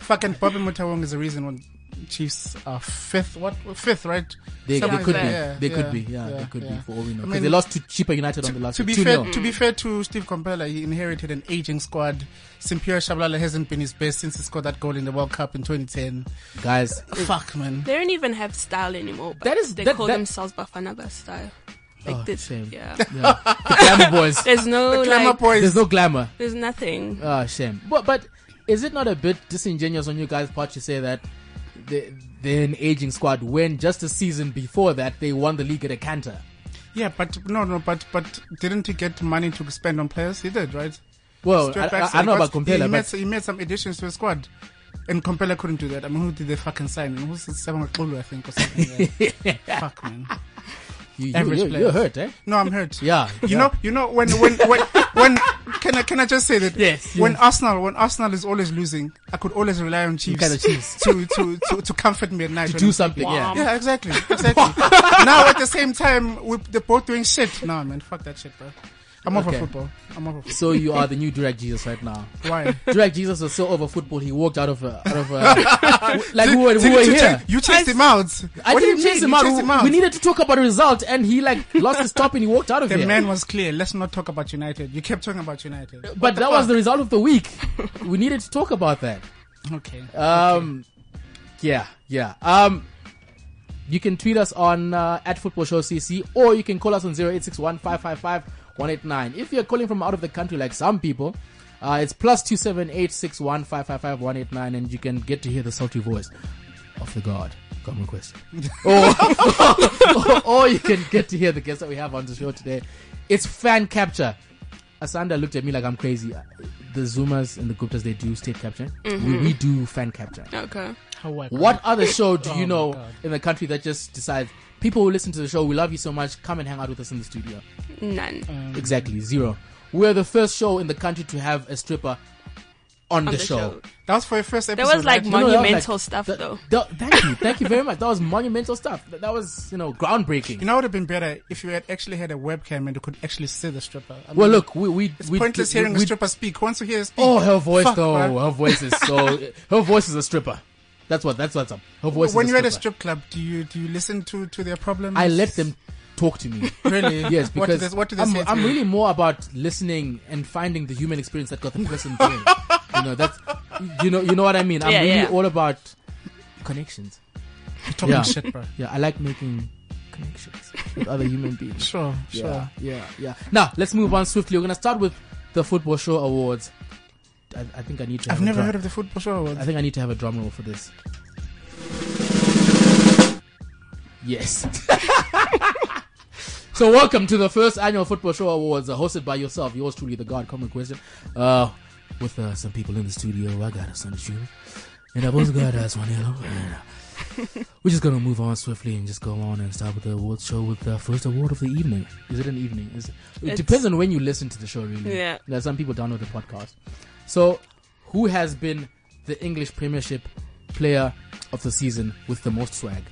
S4: Fucking Bobby Mutawong is the reason when Chiefs are fifth. What fifth, right?
S3: They, they
S4: Something
S3: could be.
S4: like that.
S3: they
S4: Yeah,
S3: could be.
S4: yeah,
S3: Yeah, they could be.
S4: yeah.
S3: For all we know,
S4: I
S3: because
S4: mean,
S3: they lost to Cheaper United on the last.
S4: To be
S3: 2
S4: fair, to be fair to Steve Compella, he inherited an aging squad. Simpier Shabalala hasn't been his best since he scored that goal in the World Cup in 2010.
S3: guys.
S4: Fuck, man.
S6: They don't even have style anymore. but
S3: That is-
S6: They
S3: that-
S6: call
S3: that-
S6: themselves Bafanaba style. Like
S3: Oh,
S6: this.
S3: shame.
S6: Yeah.
S3: Yeah. The glamour boys.
S6: There's no
S4: Glamour
S6: like.
S4: boys.
S3: There's no glamour.
S6: There's nothing.
S3: Ah, shame. But but is it not a bit disingenuous on you guys' part to say that they, they're an aging squad when just a season before that they won the league at a canter?
S4: Yeah, but no, no, but but didn't he get money to spend on players? He did, right?
S3: Well, Oh, I,
S4: Stuart
S3: I, I
S4: Baxter,
S3: don't know about
S4: because He
S3: Compella,
S4: made,
S3: but
S4: he made some additions to his squad. And Compella couldn't do that. I mean, who did they fucking sign? Who's Samuel Kulu, I think, or something. Yeah. Fuck, man.
S3: you,
S4: average
S3: you, are
S4: players.
S3: hurt, eh?
S4: No, I'm hurt.
S3: Yeah,
S4: You
S3: yeah.
S4: know, you know when when when when can I can I just say that?
S3: Yes,
S4: When
S3: yes.
S4: Arsenal when Arsenal is always losing, I could always rely on Chiefs,
S3: Kind of Chiefs.
S4: to, to to to comfort me at night.
S3: To
S4: when
S3: do
S4: I'm
S3: something,
S4: sleeping.
S6: Um,
S3: yeah.
S4: Yeah, exactly, exactly. now at the same time, we they're both doing shit. Nah, man, fuck that shit, bro. I'm over
S3: Okay.
S4: football. I'm over football.
S3: So you are the new Direct Jesus right now.
S4: Why?
S3: Direct Jesus was so over football, he walked out of a, out of a, like we were, we
S4: Didn't
S3: were
S4: you,
S3: here.
S4: Chase, you chased him out.
S3: I
S4: What do
S3: didn't
S4: you
S3: chase
S4: mean
S3: him
S4: you
S3: out.
S4: chased
S3: We- We needed to talk about a result, and he like lost his top and he walked out of
S4: the
S3: here.
S4: man was clear. Let's not talk about United. You kept talking about United.
S3: but that was the result of the week. we needed to talk about that.
S4: Okay.
S3: Um, yeah, yeah. Um, You can tweet us on uh, at Football Show CC or you can call us on 0861 555 189. If you're calling from out of the country, like some people, uh, it's plus 27861 555 189 and you can get to hear the salty voice of the God. Come request. or, or, or you can get to hear the guest that we have on the show today. It's fan capture. Asanda looked at me like I'm crazy. Uh, The Zoomers and the Guptas, they do state capture. We, we do fan capture.
S6: Okay.
S4: How wack.
S3: What other show do you
S4: Oh my
S3: know
S4: God.
S3: in the country that just decides people who listen to the show, we love you so much, come and hang out with us in the studio?
S6: None.
S3: Uh, Exactly, zero. We're the first show in the country to have a stripper on, the,
S6: the
S3: show.
S6: show.
S4: That was for your first episode.
S6: was like
S4: right?
S6: mo-
S3: No, no, that was
S6: Monumental stuff,
S3: that-
S6: though.
S3: that- thank you, thank you very much. That was monumental stuff. That, that was, you know, groundbreaking.
S4: You know, it would have been better if you had actually had a webcam and you could actually see the stripper. I mean,
S3: well, look, we we
S4: it's
S3: we,
S4: pointless
S3: we-
S4: hearing
S3: we-
S4: a stripper speak. Once you hear her speak,
S3: Oh, her voice
S4: fuck,
S3: though.
S4: man.
S3: Her voice is so. her voice is a stripper. That's what. That's what's up. Her voice.
S4: when
S3: is
S4: you're at a
S3: stripper.
S4: strip club, do you do you listen to to their problems?
S3: I let them talk to me.
S4: Really?
S3: Yes,
S4: what do
S3: because
S4: they, what do they
S3: I'm,
S4: say to
S3: I'm
S4: you?
S3: really more about listening and finding the human experience that got the person doing. you know, that's you know you know what I mean. I'm
S6: Yeah,
S3: really
S6: yeah.
S3: all about connections.
S4: You're talking
S3: yeah.
S4: shit, bro.
S3: Yeah, I like making connections with other human beings.
S4: Sure, sure.
S3: Yeah, yeah, yeah. Now let's move on swiftly. We're gonna start with the football show awards. I, I think I need to. Have
S4: I've
S3: a
S4: never
S3: drum-
S4: heard of the football show. awards.
S3: I think I need to have a drum roll for this. Yes. so welcome to the first annual football show awards uh, hosted by yourself, yours truly, the God Common Question, uh, with uh, some people in the studio. I got us on the shoe, and I've also got us one yellow. And, uh, We're just gonna move on swiftly and just go on and start with the awards show with the first award of the evening. Is it an evening? Is it, it
S6: It's-
S3: depends on when you listen to the show, really.
S6: Yeah.
S3: There are Mm. some people download the podcast. So, who has been the English Premiership player of the season with the most swag?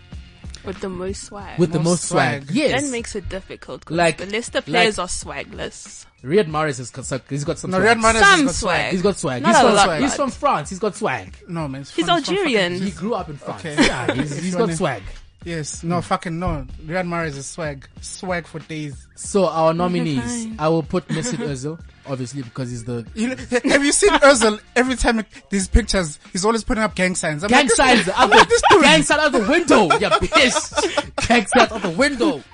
S6: With the most swag.
S3: With the
S4: Most
S3: most swag.
S4: swag.
S3: Yes.
S6: That makes it difficult. 'cause
S3: Like-
S6: the Leicester
S3: like-
S6: players are swagless.
S3: Riyad Mahrez has got, some- he's got some
S4: no,
S3: swag.
S4: Riyad Mahrez has
S6: Some
S4: got swag.
S6: swag.
S3: He's got swag.
S6: Not
S3: he's
S6: a
S3: from,
S6: lot,
S3: swag. He's
S6: but-
S3: from France. He's got swag.
S4: No man, it's
S6: He's
S4: fun- it's fun
S6: Algerian.
S4: fucking-
S3: He grew up in France.
S4: Okay.
S3: Yeah, he's,
S4: If
S3: he's
S4: you
S3: got
S4: wanna-
S3: swag.
S4: Yes,
S3: Hmm.
S4: no fucking no. Riyad Mahrez is swag, swag for days.
S3: So our nominees, I will put Mesut Ozil, obviously because he's the
S4: You, have you seen Özil? Every time these pictures, he's always putting up gang signs. I'm
S3: gang
S4: like,
S3: signs out the gang sign out the window. You bitch. gang signs out the window.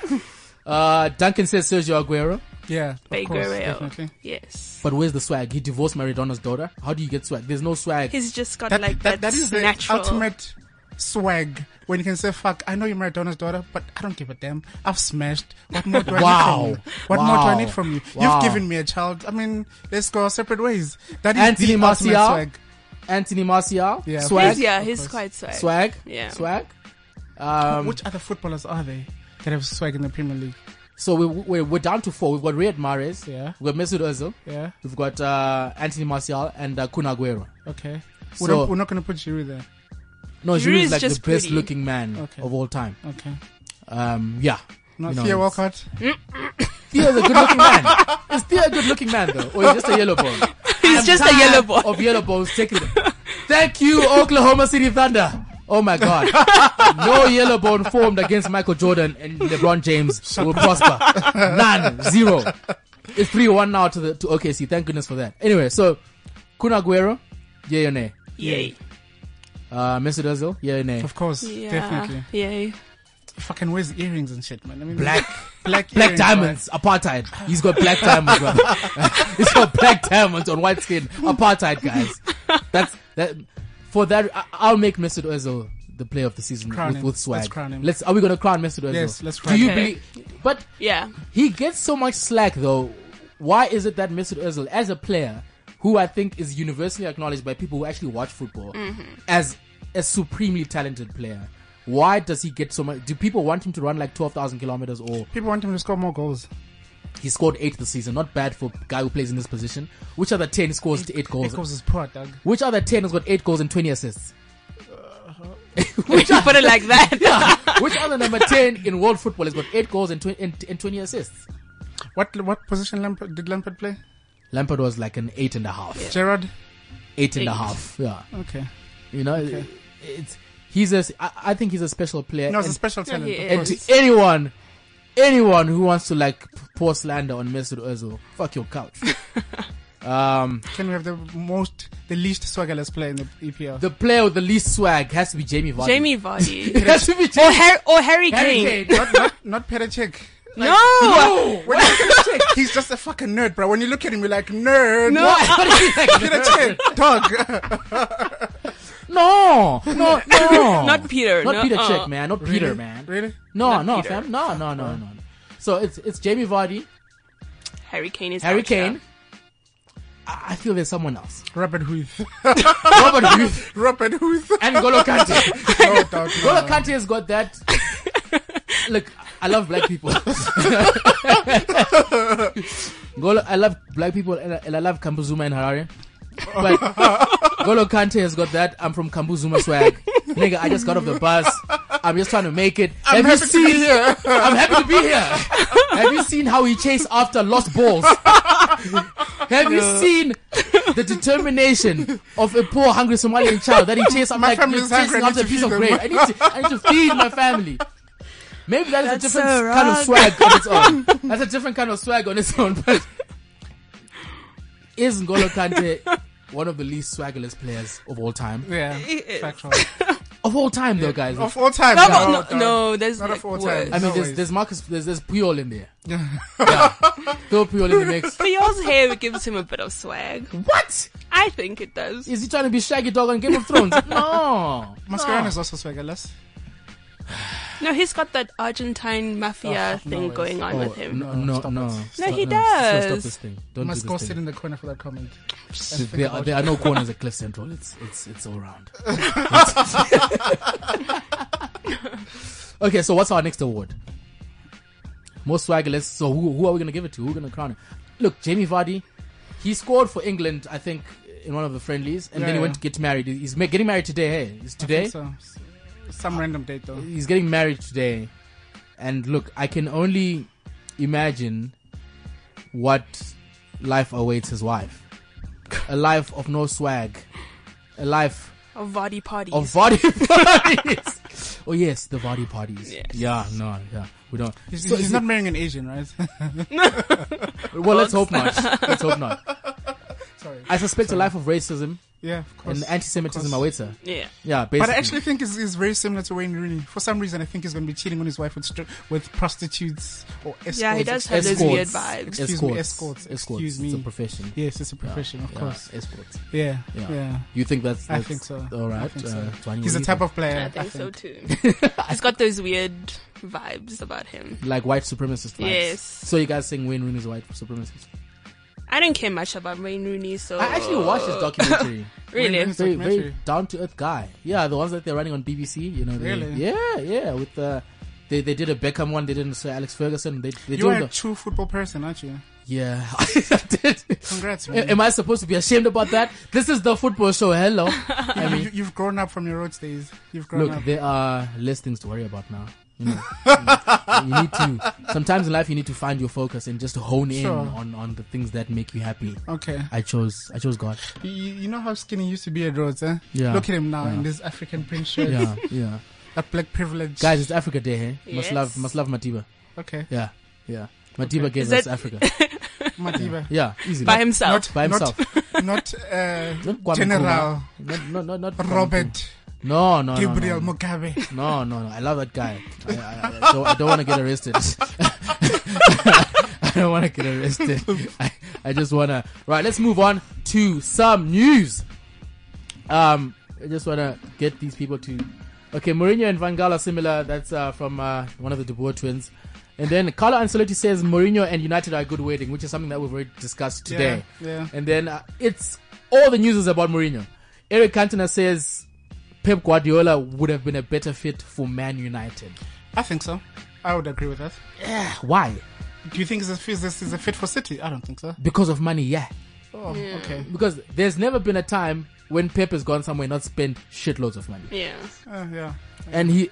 S3: Uh, Duncan says Sergio Aguero,
S4: Yeah, of
S6: Bay
S4: course,
S6: Guerrero.
S4: definitely.
S6: Yes.
S3: but where's the swag? He divorced Maradona's daughter. How do you get swag? There's no swag.
S6: He's just got
S4: That,
S6: like
S4: that, that
S6: that's
S4: is the
S6: natural.
S4: ultimate swag. When you can say, fuck, I know you're Maradona's daughter, but I don't give a damn. I've smashed. What more do I
S3: Wow.
S4: need from you? What more do
S3: Wow.
S4: I need from you?
S3: Wow.
S4: You've given me a child. I mean, let's go our separate ways. That is
S3: Anthony
S4: the ultimate
S3: Martial?
S4: swag.
S3: Anthony Martial,
S4: Yeah, of
S3: swag,
S6: He's, yeah,
S4: Of
S6: he's
S4: course.
S6: quite swag.
S3: swag,
S6: Yeah.
S3: swag. Um,
S4: Which other footballers are they that have swag in the Premier League?
S3: so we, we're, we're down to four. We've got Riyad Mahrez,
S4: Yeah.
S3: we've got Mesut Ozil,
S4: Yeah.
S3: we've got uh, Anthony Martial, and uh, Kun Aguero.
S4: Okay.
S3: So-
S4: we're not, we're not going to put Giroud there.
S3: No,
S6: Giroud
S3: Giroud is
S6: is
S3: like the
S6: just
S3: best
S6: pretty.
S3: looking man
S4: Okay.
S3: of all time.
S4: Okay.
S3: Um, yeah.
S4: Not
S3: You know,
S4: Theo
S3: it's-
S4: Walcott.
S3: Theo's a good looking man. Is Theo a good looking man though? Or is just a yellow bone?
S6: He's just a yellow boy.
S3: Of yellow bones taking it. Thank you, Oklahoma City Thunder. Oh my god. No yellow bone formed against Michael Jordan and LeBron James will prosper. None. Zero. It's 3 1 now to the to OKC. Thank goodness for that. Anyway, so Kun Aguero, yay or nay?
S6: Yay.
S3: Uh, Mesut Ozil, yay or nay?
S4: Of course,
S6: Yeah.
S4: definitely.
S6: Yay.
S4: Fucking wears earrings and shit, man. I mean,
S3: Black.
S4: black,
S3: Black
S4: earrings,
S3: diamonds, apartheid. He's got black diamonds, brother. He's got black diamonds on white skin. Apartheid, guys. That's that. For that, I- I'll make Mesut Ozil the player of the season
S4: Crown
S3: with,
S4: him.
S3: with swag.
S4: Let's crown him.
S3: Let's- Are we gonna crown Mesut Ozil?
S4: Yes, let's
S3: Do
S4: crown
S3: you
S6: him. Okay.
S3: believe? But
S6: Yeah.
S3: he gets so much slack though. Why is it that Mesut Ozil, as a player, who I think is universally acknowledged by people who actually watch football, as a supremely talented player, why does he get so much? Do people want him to run like twelve thousand kilometers or?
S4: People want him to score more goals.
S3: He scored eight this season. Not bad for a guy who plays in this position. Which other ten scores to eight goals?
S4: It goes is poor, dog.
S3: Which other ten has got eight goals and twenty assists?
S6: Would you put it like that?
S3: Which other number ten in world football has got eight goals and, twen- and, and twenty assists?
S4: What what position Lampard, did Lampard play?
S3: Lampard was like an eight and a half,
S4: Gerard.
S3: eight and a
S6: Eight.
S3: half. Yeah,
S4: Okay.
S3: you know, it's he's a. I, I think he's a special player.
S4: No, it's a
S3: and,
S4: special talent.
S6: he
S4: of
S3: and
S4: course.
S3: to anyone, anyone who wants to like p- pour slander on Mesut Ozil, fuck your couch. Um,
S4: Can we have the most, the least swaggerless player in the E EPL?
S3: the player with the least swag has to be Jamie Vardy.
S6: Jamie Vardy. Oh,
S3: It has to be
S6: or,
S3: Jamie
S6: Har- or Harry
S3: Harry
S6: Kane.
S3: Kane.
S4: not, not, not Petacek.
S6: No!
S3: No,
S4: When you look at Petacek, he's just a fucking nerd, bro. When you look at him, you're like, nerd.
S6: No.
S4: Petacek, dog.
S3: no, no, no.
S6: Not Peter,
S3: Not
S6: no,
S3: Peter
S6: uh,
S3: Check, man. Not Peter, man.
S4: Really?
S3: No, no,
S6: Peter.
S3: fam. No, no, no, no. no. So it's it's Jamie Vardy,
S6: Harry Kane is
S3: Harry
S6: out here.
S3: Kane. I I feel there's someone else.
S4: Robert Huth.
S3: Robert Huth
S4: Robert Huth.
S3: and Golo Kante.
S4: No, dog, no.
S3: Golo Kante has got that. Look, I love black people. Golo, I love black people and I, and I love Kambuzuma and Harare. But Golo Kante has got that. I'm from Kambuzuma swag. Nigga, I just got off the bus. I'm just trying to make it. I'm
S4: happy to be here.
S3: I'm happy to be here. Have you seen how he chased after lost balls? Have you seen the determination of a poor, hungry Somalian child that he chased after,
S4: My
S3: like,
S4: family's
S3: chasing
S4: hungry, I
S3: after
S4: need
S3: a
S4: to
S3: piece
S4: feed
S3: of
S4: them.
S3: bread? I need, to, I need to feed my family. Maybe that is
S6: That's
S3: a different
S6: so
S3: kind of
S6: wrong.
S3: swag on its own. That's a different kind of swag on its own. But is N'Golo Kante one of the least swaggerless players of all time?
S4: Yeah,
S6: is.
S4: factual.
S3: Of all time, though, guys.
S4: Of all time.
S6: No,
S4: no,
S6: no,
S4: dog.
S6: no, there's
S4: Not
S6: like
S4: of all
S6: worse.
S4: time.
S3: I mean,
S4: no
S3: there's,
S4: ways.
S3: there's Marcus, there's, there's Puyol in there. Yeah. Throw Puyol in the mix.
S6: Theo's hair gives him a bit of swag.
S3: What?
S6: I think it does.
S3: Is he trying to be Shaggy Dog on Game of Thrones? No.
S4: Mascherano is also swaggerless.
S6: No, he's got that Argentine mafia
S4: Oh, no
S6: thing
S4: way.
S6: going on with him.
S3: No, no,
S4: stop
S3: no.
S4: it.
S3: Stop-
S6: he
S3: stop- Stop
S6: does.
S3: this thing. Don't
S4: Must
S3: do
S4: go
S3: this
S4: sit
S3: thing.
S4: in the corner for that comment.
S3: There are, there are no corners at Cliff Central. It's it's it's all round. okay, so what's our next award? Most swaggerless. So who who are we gonna give it to? Who are we gonna crown it? Look, Jamie Vardy, he scored for England, I think, in one of the friendlies, and then he
S4: Yeah.
S3: went to get married. He's ma- getting married today. Hey, it's today.
S4: So, s- some random date though.
S3: he's getting married today, and look, I can only imagine what life awaits his wife. A life of no swag, a life
S6: Of Vardy parties.
S3: of body parties. oh yes, the body parties.
S6: Yes.
S3: Yeah, no, yeah, we don't.
S4: He's,
S3: So
S4: he's
S3: is
S4: not marrying an Asian, right?
S3: it- well, let's hope not. Let's hope not.
S4: Sorry.
S3: I suspect a life of racism
S4: Yeah, of course.
S3: and anti-Semitism
S4: course.
S3: awaits her.
S6: yeah.
S3: Yeah, basically.
S4: but I actually think it's, it's very similar to Wayne Rooney. For some reason, I think he's going to be cheating on his wife with stri- with prostitutes or escorts.
S6: Yeah, he does have
S3: escorts,
S6: those weird vibes.
S4: Excuse me, escorts,
S3: escorts.
S4: excuse
S3: It's a
S4: me.
S3: profession.
S4: Yes, it's a profession, of
S3: Yeah,
S4: course.
S3: escorts.
S4: Yeah,
S3: Yeah.
S4: yeah.
S3: You think that's,
S4: I
S3: that's
S4: think so.
S3: All right.
S4: I think so.
S3: uh, Twani,
S4: He's
S3: what
S4: the
S3: do
S4: type
S3: you
S4: of player.
S6: I think so too. he's got those weird vibes about him.
S3: think? like white supremacist. Vibes.
S6: Yes.
S3: So you guys saying Wayne Rooney is a white supremacist?
S6: I don't care much about Wayne Rooney, so
S3: I actually watched his documentary.
S6: really.
S4: Rooney's-
S3: very, very
S4: Documentary.
S3: down to earth guy. Yeah, the ones that they're running on BBC. You know. They,
S4: Really?
S3: Yeah, yeah. With uh, they they did a Beckham one. They did a Sir Alex Ferguson. They they
S4: You
S3: do.
S4: are a
S3: The,
S4: true football person, aren't you?
S3: yeah, I did.
S4: Congrats, man.
S3: Am I supposed to be ashamed about that? This is the football show. Hello. I
S4: you,
S3: mean,
S4: you've grown up from your road days. You've grown
S3: Look,
S4: up.
S3: there are less things to worry about now. You know, you need to. Sometimes in life, you need to find your focus and just hone in
S4: Sure.
S3: on on the things that make you happy.
S4: Okay.
S3: I chose, I chose God.
S4: You, you know how skinny used to be at Rhodes, eh?
S3: Yeah.
S4: Look at him now
S3: Yeah.
S4: in this African print shirt.
S3: Yeah, yeah.
S4: That black privilege.
S3: Guys, it's Africa Day. Hey? Must
S6: Yes.
S3: love, must love Matiba.
S4: Okay.
S3: Yeah, yeah. Matiba gave
S6: Is
S3: us
S6: that-
S3: Africa.
S4: Madiba.
S3: Yeah, easy.
S6: by
S3: Not-
S6: himself.
S3: by
S4: Not-
S3: himself.
S4: Not, uh,
S3: Not Kwame
S4: General
S3: Nkrumah. No, no, no, not Kwame Nkrumah.
S4: Robert
S3: No, no, no, no,
S4: Gabriel
S3: no.
S4: Mugabe.
S3: No, no, no. I love that guy. I, I, I don't, I don't want to get arrested. I don't want to get arrested. I, I just want to. Right, let's move on to some news. Um, I just want to get these people to. Okay, Mourinho and Van Gaal are similar. That's uh, from uh, one of the De Boer twins. And then Carlo Ancelotti says Mourinho and United are a good wedding, which is something that we've already discussed today.
S4: yeah.
S3: And then uh, it's all the news is about Mourinho. Eric Cantona says Pep Guardiola would have been a better fit for Man United.
S4: I think so. I would agree with that.
S3: Why?
S4: Do you think this is, this is a fit for City? I don't think so.
S3: Because of money, yeah.
S4: Oh, okay.
S3: Because there's never been a time when Pep has gone somewhere and not spent shitloads of money.
S6: Yeah.
S4: Uh, yeah.
S3: And he,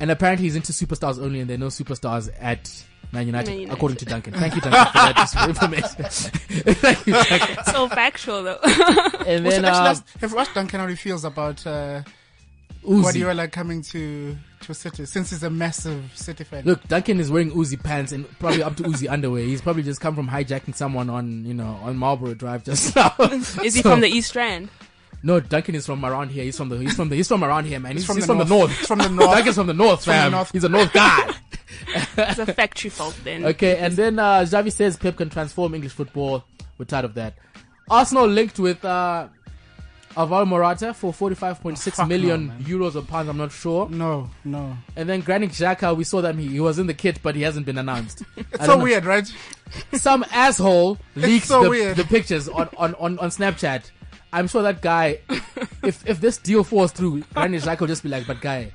S3: and apparently he's into superstars only, and there are no superstars at Man United,
S6: Man United.
S3: according to Duncan. Thank you, Duncan, for that useful information. Thank you, Duncan.
S6: So factual though.
S3: And
S4: Also,
S3: then, um,
S4: actually, ask- have you asked Duncan how he feels about uh,
S3: Uzi.
S4: Guardiola coming to to City since he's a massive City fan.
S3: Look, Duncan is wearing Uzi pants and probably up to Uzi underwear. He's probably just come from hijacking someone on, you know, on Marlboro Drive just now.
S6: Is he
S3: So-
S6: from the East Rand?
S3: No, Duncan is from around here. He's from the. He's from the. He's from around here, man. He's, he's from,
S4: from
S3: the
S4: the north.
S3: north.
S4: He's from the north.
S3: Duncan's from the north,
S4: from the
S3: fam.
S4: north.
S3: He's a north guy.
S6: It's a factory fault then.
S3: okay, and then uh, Xavi says Pep can transform English football. We're tired of that. Arsenal linked with uh, Alvaro Morata for forty-five point six
S4: Fuck no,
S3: million
S4: man.
S3: euros or pounds. I'm not sure.
S4: No, no.
S3: And then Granit Xhaka, we saw that he, he was in the kit, but he hasn't been announced.
S4: It's
S3: I
S4: so
S3: don't know.
S4: weird, right?
S3: Some asshole leaks
S4: so
S3: the,
S4: weird.
S3: the pictures on, on, on, on Snapchat. I'm sure that guy, if if this deal falls through, Granit Xhaka will just be like, "But guy,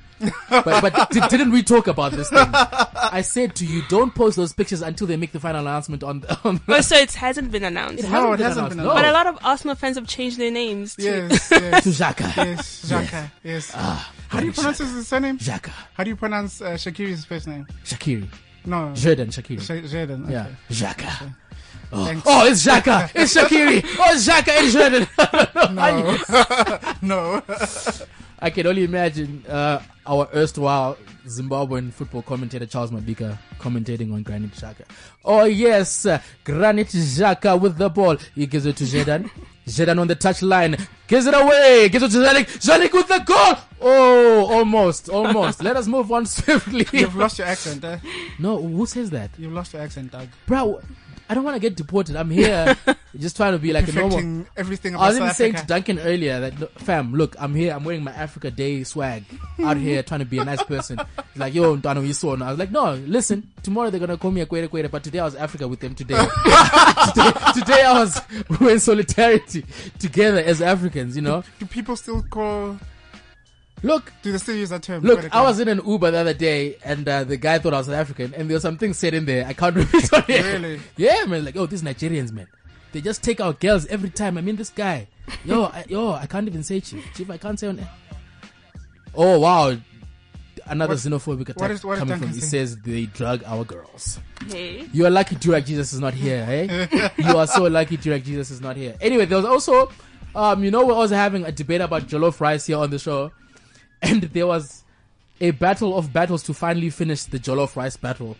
S3: but but di- didn't we talk about this thing? I said to you, don't post those pictures until they make the final announcement on the- on."
S6: Oh,
S3: The,
S6: so it hasn't been announced.
S4: No, it hasn't been
S3: No.
S6: But a lot of Arsenal fans have changed their names. Too.
S4: Yes, yes,
S3: to Xhaka,
S4: yes. Xhaka, yes.
S3: Ah,
S4: How do you pronounce his surname?
S3: Xhaka,
S4: How do you pronounce uh, Shakiri's first name?
S3: Shakiri,
S4: No, Sh-
S3: Jordan Shakiri,
S4: Jaden. Okay.
S3: yeah, Xhaka. Oh.
S4: Thanks.
S3: oh, it's Xhaka, it's Shakiri, oh, it's Xhaka, it's Jordan.
S4: No, no.
S3: I can only imagine uh, our erstwhile Zimbabwean football commentator Charles Mabika commentating on Granit Xhaka. Oh yes, uh, Granit Xhaka with the ball. He gives it to Zidane. Zidane on the touchline. Gives it away. Gives it to Zanik. Zanik with the goal. Oh, almost, almost. Let us move on swiftly.
S4: You've lost your accent. Eh?
S3: No, who says that,
S4: You've lost your accent, Doug.
S3: bro? I don't want to get deported. I'm here just trying to be like a normal.
S4: Perfecting everything
S3: I
S4: about
S3: was even
S4: South
S3: saying to
S4: Africa.
S3: Duncan earlier that, "Look, fam, look, I'm here. I'm wearing my Africa Day swag out here trying to be a nice person. He's like, yo, Ntano, you saw. And I was like, no, listen, tomorrow they're going to call me a Kwere Kwere, but today I was Africa with them today. today, today I was, we were in solidarity together as Africans, you know?
S4: Do people still call?
S3: Look,
S4: Do they still use that term?
S3: Look, I was in an Uber the other day, and uh, the guy thought I was South African, and there was something said in there. I can't remember. It on here.
S4: Really?
S3: Yeah, man. Like, oh, these Nigerians, man. They just take our girls every time. I mean, this guy. Yo, I, yo, I can't even say chief. Chief, I can't say on. air. Oh wow, another
S4: What-
S3: xenophobic attack
S4: what is- what is
S3: coming from.
S4: Duncan
S3: He
S4: saying?
S3: says they drug our girls.
S6: Hey.
S3: You are lucky Durag Jesus is not here, eh? you are so lucky Durag Jesus is not here. Anyway, there was also, um, you know, we're also having a debate about jollof rice here on the show, and there was a battle of battles to finally finish the jollof rice battle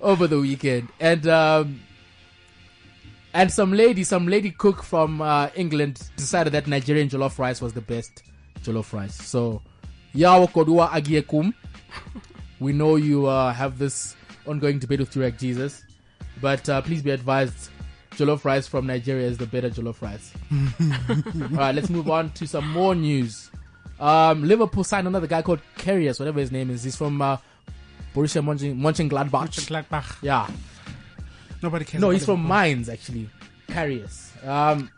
S3: over the weekend, and um, and some lady, some lady cook from uh, England decided that Nigerian jollof rice was the best jollof rice. So, yawo kodwa agiekum. We know you uh, have this ongoing debate with Turek Jesus, but uh, please be advised, jollof rice from Nigeria is the better jollof rice. All right, let's move on to some more news. Um, Liverpool signed another guy called Karius, whatever his name is. He's from uh, Borussia Mönchen- Mönchengladbach.
S4: Gladbach.
S3: Yeah,
S4: Nobody cares.
S3: no,
S4: about
S3: he's from
S4: Liverpool.
S3: Mainz actually. Karius. Um,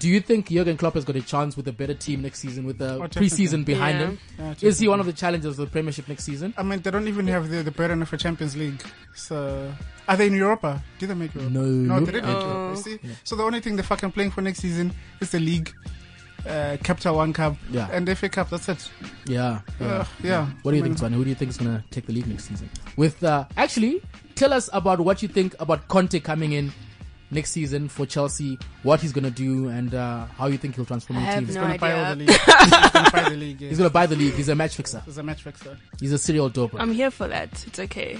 S3: do you think Jurgen Klopp has got a chance with a better team next season, with the
S4: Oh,
S3: preseason behind
S6: Yeah.
S3: him?
S4: Yeah,
S3: is he one of the challengers of the Premiership next season?
S4: I mean, they don't even have the, the burden of a Champions League. So, are they in Europa? Did they make Europa?
S3: No.
S4: no, they didn't.
S6: No.
S4: Make Europa, you see, so the only thing they're fucking playing for next season is the league, uh, Capital One Cup,
S3: Yeah.
S4: and FA Cup. That's it.
S3: Yeah.
S4: Uh,
S3: yeah.
S4: yeah.
S3: What do you
S4: I mean,
S3: think, Swan? Who do you think is going to take the lead next season? With uh, actually, tell us about what you think about Conte coming in next season for Chelsea. What he's going to do and uh, how you think he'll transform
S6: I
S3: the
S6: have
S3: team.
S6: no-
S4: He's gonna buy all the
S6: idea.
S4: league. he's gonna buy the league.
S3: He's
S4: Yes.
S3: going to buy the league. He's a match fixer.
S4: There's a match fixer.
S3: He's a serial doper.
S6: I'm here for that. It's okay.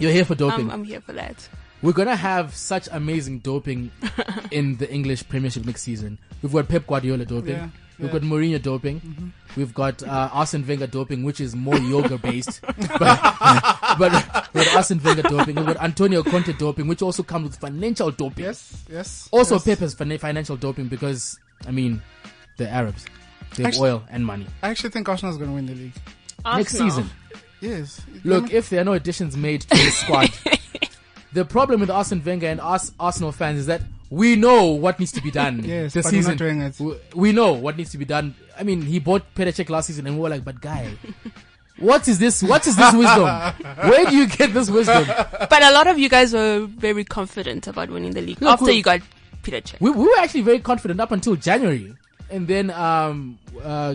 S3: You're here for doping.
S6: I'm, I'm here for that.
S3: We're going to have such amazing doping in the English Premiership next season. We've got Pep Guardiola doping.
S4: Yeah,
S3: We've
S4: yeah. Mm-hmm.
S3: got Mourinho doping. We've got uh, Arsene Wenger doping, which is more yoga based. but, but we've got Arsene Wenger doping. We've got Antonio Conte doping, which also comes with financial doping.
S4: Yes, yes.
S3: Also,
S4: yes.
S3: Pep has fin- financial doping because, I mean, the Arabs. They have
S4: Actually-
S3: oil and money.
S4: I actually think Arsenal's gonna win the league.
S3: Next
S6: Arsenal.
S3: season.
S4: Yes.
S3: Look, if there are no additions made to the squad, the problem with Arsene Wenger and us Arsenal fans is that we know what needs to be done
S4: Yes,
S3: this
S4: but we're not
S3: season.
S4: doing it.
S3: We, we know what needs to be done. I mean, he bought Petacek last season, and we were like, "But guy, what is this? What is this wisdom? Where do you get this wisdom?"
S6: But a lot of you guys were very confident about winning the league
S3: Look,
S6: after
S3: we-
S6: you got Peter Cech.
S3: We, we were actually very confident up until January, and then um, uh,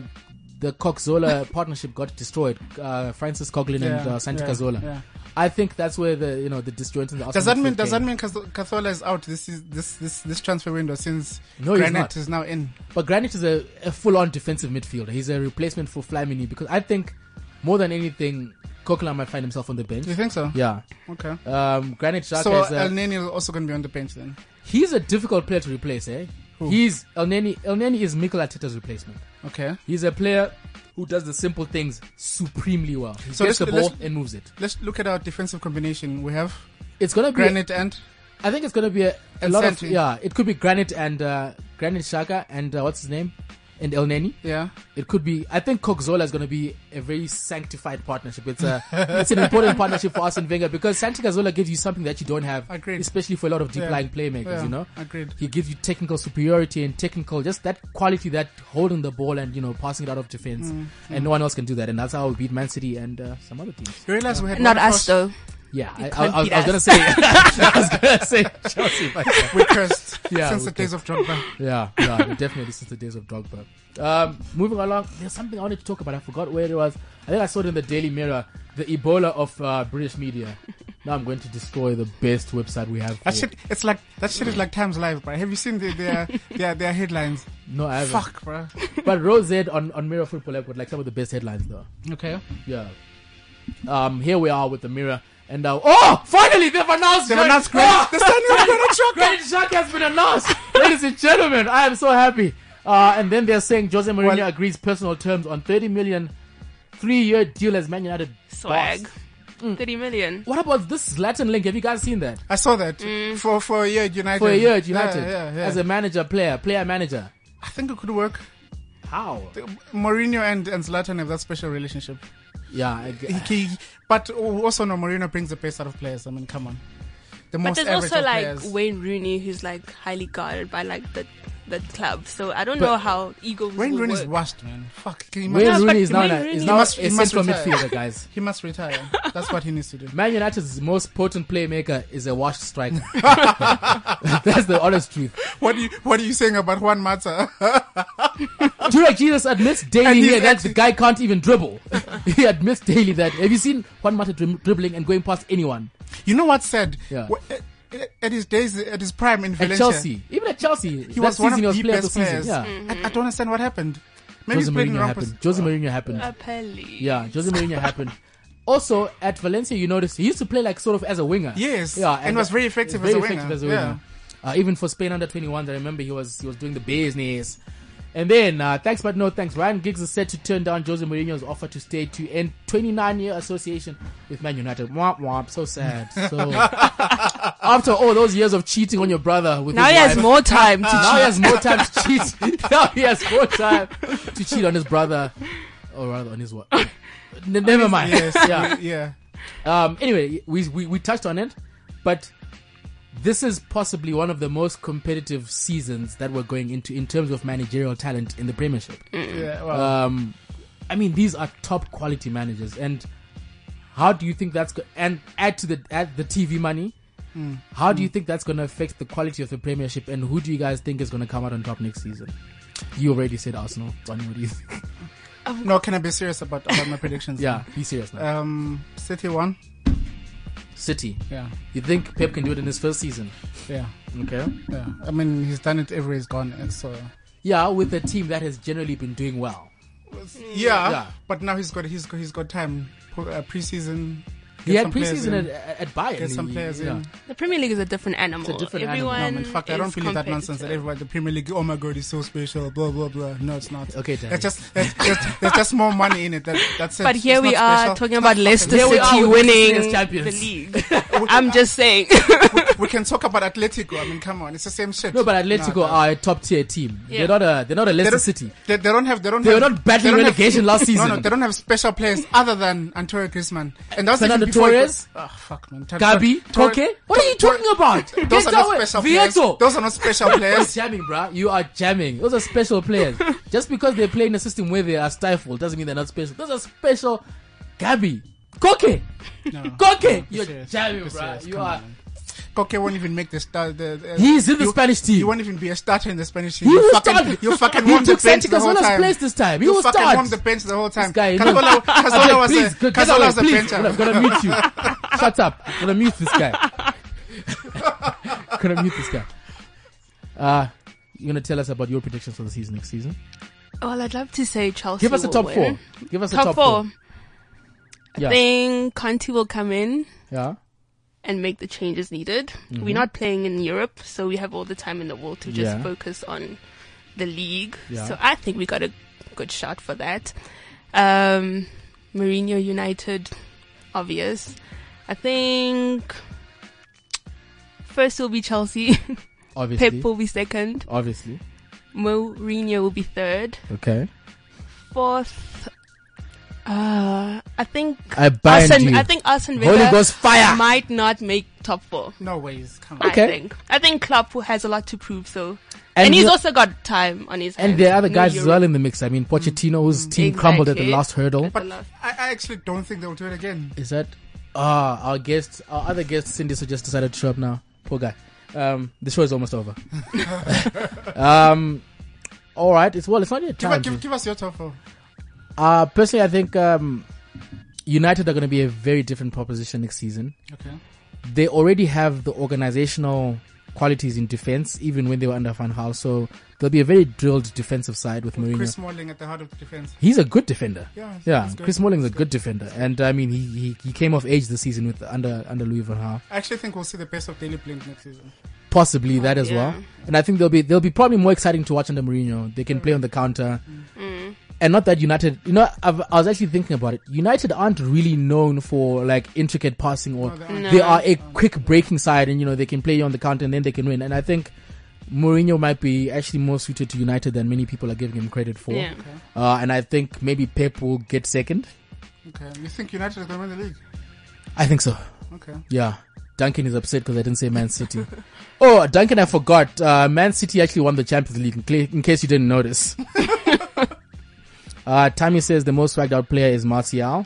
S3: the Coxola partnership got destroyed. Uh, Francis Coughlin and uh, Santi
S4: yeah,
S3: Cazorla.
S4: yeah.
S3: I think that's where the you know the disjoint in the
S4: Does that
S3: Arsenal
S4: mean
S3: field
S4: does that
S3: came.
S4: mean Cath- Cathola is out? This is this this this transfer window since
S3: No, he's
S4: Granite
S3: not.
S4: is now in.
S3: But Granit is a, a full-on defensive midfielder. He's a replacement for Flamini because I think more than anything, Coquelin might find himself on the bench.
S4: You think so?
S3: Yeah.
S4: Okay.
S3: Um, Granit Xhaka
S4: so
S3: is a,
S4: El Nini is also going to be on the bench then.
S3: he's a difficult player to replace. Eh? He's El Neni. El Neni is Mikel Arteta's replacement.
S4: Okay.
S3: He's a player who does the simple things supremely well. He
S4: So
S3: gets the
S4: let's-
S3: ball
S4: let's-
S3: and moves it.
S4: Let's look at our defensive combination. We have
S3: It's gonna be.
S4: Granite and
S3: I think it's gonna be a, a
S4: And
S3: lot of
S4: Santi.
S3: yeah. It could be Granite and uh, Granite Shaka and uh, what's his name and El Neni.
S4: yeah.
S3: It could be. I think Coxola is going to be a very sanctified partnership. It's a it's an important partnership for Arsene Wenger because Santi Cazorla gives you something that you don't have,
S4: Agreed.
S3: especially for a lot of deep
S4: Yeah.
S3: lying playmakers.
S4: Yeah.
S3: You know,
S4: Agreed.
S3: He gives you technical superiority and technical just that quality that holding the ball and you know passing it out of defense,
S4: Mm,
S3: and no one else can do that. And that's how we beat Man City and uh, some other teams.
S4: You realize we had
S6: Not
S4: one
S6: us
S4: cross-
S6: though.
S3: Yeah, I, I,
S6: can't
S3: I, was-
S6: beat
S3: I was going to say. I was going to say Chelsea. but-
S4: We cursed
S3: Yeah,
S4: since
S3: we
S4: the days of Drogba.
S3: yeah, yeah, definitely since the days of Drogba. Um, moving along, there's something I wanted to talk about. I forgot where it was. I think I saw it in the Daily Mirror, the Ebola of uh, British media. Now I'm going to destroy the best website we have. For.
S4: That shit, it's like that shit is like Times Live, bro. Have you seen the, their their their headlines?
S3: no, I haven't.
S4: Fuck, bro.
S3: But Rose Z on on Mirror Football App with like some of the best headlines though.
S4: Okay.
S3: Yeah. Um, here we are with the Mirror, and now oh, finally they've announced.
S4: They've
S3: Gran-
S4: announced Granit-
S3: Ah!
S4: the signing of Granit Xhaka!
S3: Granit Xhaka has been announced, ladies and gentlemen. I am so happy. Uh, and then they're saying Jose Mourinho
S4: Well-
S3: agrees personal terms on 30 million, three-year deal as Man United.
S6: Swag.
S3: boss.
S4: Mm.
S6: 30 million.
S3: What about this Latin link? Have you guys seen that?
S4: I saw that for for a year at United.
S3: Mm. For a year at United,
S4: Yeah, yeah, yeah.
S3: as a manager, player, player manager.
S4: I think it could work.
S3: How?
S4: Mourinho and, and Zlatan have that special relationship.
S3: Yeah, I g-
S4: He, he- but also, no, Mourinho brings the best out of players. I mean, come on. The
S6: But
S4: most
S6: there's
S4: average
S6: also
S4: of
S6: like
S4: players.
S6: Wayne Rooney, who's like highly guarded by like the the club. So I don't
S3: But-
S6: know how egos.
S4: Wayne
S6: will
S4: Rooney's
S6: work.
S4: washed, man. Fuck. Can you
S3: Wayne
S4: imagine?
S6: but
S3: Rooney is now,
S6: Wayne
S3: a-
S6: Rooney-
S3: is
S6: He
S3: now
S4: must-
S3: a
S4: he must
S3: central
S4: retire.
S3: midfielder, guys.
S4: He must retire. That's what he needs to do.
S3: Man United's most potent playmaker is a washed striker. That's the honest truth.
S4: What are you What are you saying about Juan Mata?
S3: Durek Jesus admits daily
S4: And he's
S3: here that the
S4: actually-
S3: guy can't even dribble. he admits daily that. Have you seen Juan Mata dri- dribbling and going past anyone
S4: you know what said?
S3: Yeah.
S4: Wh- at- At his days, at his prime in
S3: at
S4: Valencia,
S3: Chelsea? Even at Chelsea,
S4: he was one of the
S3: player of
S4: best
S3: the season.
S4: players.
S3: Yeah,
S4: I, I don't understand what happened. Maybe
S3: Jose
S4: he's playing
S3: Mourinho happened. Jose Mourinho happened.
S6: Apparently.
S3: Yeah, Jose Mourinho happened. Also at Valencia, you notice he used to play like sort of as a winger.
S4: Yes, and was very effective as a winger, yeah.
S3: Uh, even for Spain under 21s, I remember he was he was doing the business. And then uh, thanks but no thanks. Ryan Giggs is said to turn down Jose Mourinho's offer to stay to end 29 year association with Man United. Womp womp. So sad. So after all those years of cheating on your brother with
S6: Now
S3: his
S6: he has
S3: wife-
S6: more time to
S3: now he
S6: cheat.
S3: has more time to cheat. now he has more time to cheat on his brother, or rather on his what? N- never mind.
S4: Yes,
S3: Yeah.
S4: yeah, yeah.
S3: Um. Anyway, we, we we touched on it, but this is possibly one of the most competitive seasons that we're going into in terms of managerial talent in the Premiership.
S4: yeah well,
S3: Um, I mean, these are top quality managers, and how do you think that's go- and add to the add the TV money?
S4: Hmm.
S3: How do you think that's going to affect the quality of the Premiership, and who do you guys think is going to come out on top next season? You already said Arsenal. Donny, what do you think?
S4: no, can I be serious about, about my predictions?
S3: Uh, Yeah, be serious now.
S4: Um, City one.
S3: City.
S4: Yeah,
S3: You think Pep can do it in his first season?
S4: yeah,
S3: Okay.
S4: yeah. I mean, he's done it everywhere he's gone, and so
S3: Yeah, with a team that has generally been doing well.
S4: yeah.
S3: Yeah.
S4: But now he's got he's got, he's got time. Po- Uh, preseason.
S3: He
S4: get
S3: had
S4: some players
S3: preseason at,
S4: in,
S3: at Bayern.
S4: Get some
S3: He-
S4: players
S3: yeah.
S4: in.
S6: The Premier League is a different animal.
S3: different animal.
S6: Everyone
S3: No,
S4: I mean, fuck, I don't
S6: is
S4: believe that nonsense that
S6: competitive.
S4: everyone, the Premier League, oh my god, it's so special, blah, blah, blah. No, it's not.
S3: Okay, Danny.
S4: There's just, there's, there's, there's just more money in it. That, that's it.
S6: But here
S4: It's
S6: we
S4: not
S6: are
S4: special.
S6: talking
S4: It's
S6: about
S4: not
S6: Leicester
S4: fucking-
S3: Here we are
S6: City
S3: with Leicester
S6: winning
S3: as
S6: the
S3: champions.
S6: league. I'm just saying.
S4: We can talk about Atletico. I mean, come on, it's the same shit.
S3: No, but Atletico
S4: No,
S3: are a top tier team.
S6: Yeah.
S3: They're not a they're not a
S4: they
S3: Leicester
S4: don't,
S3: City.
S4: They, they don't have. They don't.
S3: They were
S4: have,
S3: not battling
S4: don't
S3: relegation last season.
S4: No, no, they don't have special players other than Antonio Griezmann. And that's
S3: Fernando
S4: even before he
S3: Torres?
S4: got- Oh, fuck, man. Tor-
S3: Gabi,
S4: Tor-
S3: Koke.
S4: Tor-
S3: What are you
S4: Tor-
S3: talking about?
S4: Those
S3: Get
S4: are not
S3: away.
S4: special players.
S3: Vieto.
S4: Those are not special
S3: You're
S4: players.
S3: jamming, bruh. You are jamming. Those are special players. Just because they play in a system where they are stifled doesn't mean they're not special. Those are special. Gabi, Koke, Koke. You're
S4: serious.
S3: jamming,
S4: Be
S3: bruh.
S4: serious.
S3: You
S4: Come
S3: are.
S4: on, Koke won't even make the start. The, the,
S3: He's in the
S4: you-
S3: Spanish team.
S4: You won't even be a starter in the Spanish
S3: He
S4: team. You
S3: was
S4: fucking,
S3: starting.
S4: you fucking
S3: He
S4: warmed the
S3: took
S4: bench
S3: Santi
S4: the whole
S3: Cazorla's
S4: time.
S3: place this time. He
S4: you
S3: was
S4: fucking
S3: start.
S4: warmed the bench the whole time.
S3: guy, no.
S4: Cazola,
S3: I was
S4: Cazola
S3: like,
S4: was
S3: please,
S4: a
S3: get away,
S4: Cazola was a
S3: please. I'm
S4: bencher.
S3: gonna meet you. Shut up. I'm gonna mute this guy. gonna mute this guy. Uh, you're gonna tell us about your predictions for the season next season.
S6: Well, I'd love to say Chelsea.
S3: Give us a
S6: will
S3: top
S6: win.
S3: four. Give us a top
S6: Top, four.
S3: Yeah.
S6: I think Conti will come in
S3: Yeah.
S6: and make the changes needed. We're not playing in Europe, so we have all the time in the world to just
S3: Mm-hmm. Yeah.
S6: focus on the league.
S3: Yeah.
S6: So I think we got a good shot for that. Um, Mourinho United, obvious. I think first will be Chelsea.
S3: Obviously.
S6: Pep will be second.
S3: Obviously.
S6: Mourinho will be third.
S3: Okay.
S6: Fourth, uh, I think
S3: I bind
S6: Arsene,
S3: you.
S6: I think Arsene
S3: Holy
S6: Wenger
S3: Ghost fire.
S6: might not make top four.
S4: No ways. Come on.
S6: I
S3: Okay.
S6: think. I think Klopp who has a lot to prove, so
S3: And
S6: and, he's
S3: the-
S6: also got time on his hands.
S3: And there are other
S6: No
S3: guys as
S6: Euro.
S3: well in the mix. I mean, Pochettino, whose team crumbled at the
S6: Mm, Exactly.
S3: last hurdle.
S6: But-
S4: I, I actually don't think they'll do it again.
S3: Is that ah our guest, our other guest, Cindy, so just decided to show up now. Poor guy. Um, the show is almost over. um, all right. It's well, it's not yet
S4: Give, us-
S3: time.
S4: give, give us your top four.
S3: Uh, personally, I think um, United are going to be a very different proposition next season.
S4: Okay.
S3: They already have the organizational qualities in defense, even when they were under Van Gaal. So they'll be a very drilled defensive side with Mourinho.
S4: Chris Smalling at the heart of the defense.
S3: He's a good defender.
S4: Yeah, he's-
S3: yeah.
S4: he's good.
S3: Chris Smalling's a good defender, and I mean, he, he he came of age this season with under under Louis Van Gaal.
S4: I actually think we'll see the best of Daily Blink next season.
S3: possibly that as
S6: yeah.
S3: well. And I think they'll be they'll be probably more exciting to watch under Mourinho. They can play on the counter,
S6: Mm.
S3: and not that United. You know, I've, I was actually thinking about it. United aren't really known for like intricate passing, or
S4: they
S3: they,
S4: aren't.
S3: are a quick breaking side, and you know they can play you on the counter, and then they can win. And I think. Mourinho might be actually more suited to United than many people are giving him credit for.
S6: Yeah.
S3: Uh, and I think maybe Pep will get second.
S4: Okay. You think United is going to win the league?
S3: I think so.
S4: Okay.
S3: Yeah. Duncan is upset because I didn't say Man City. oh, Duncan, I forgot. Uh, Man City actually won the Champions League, in, cla- in case you didn't notice. uh, Tammy says the most swagged out player is Martial.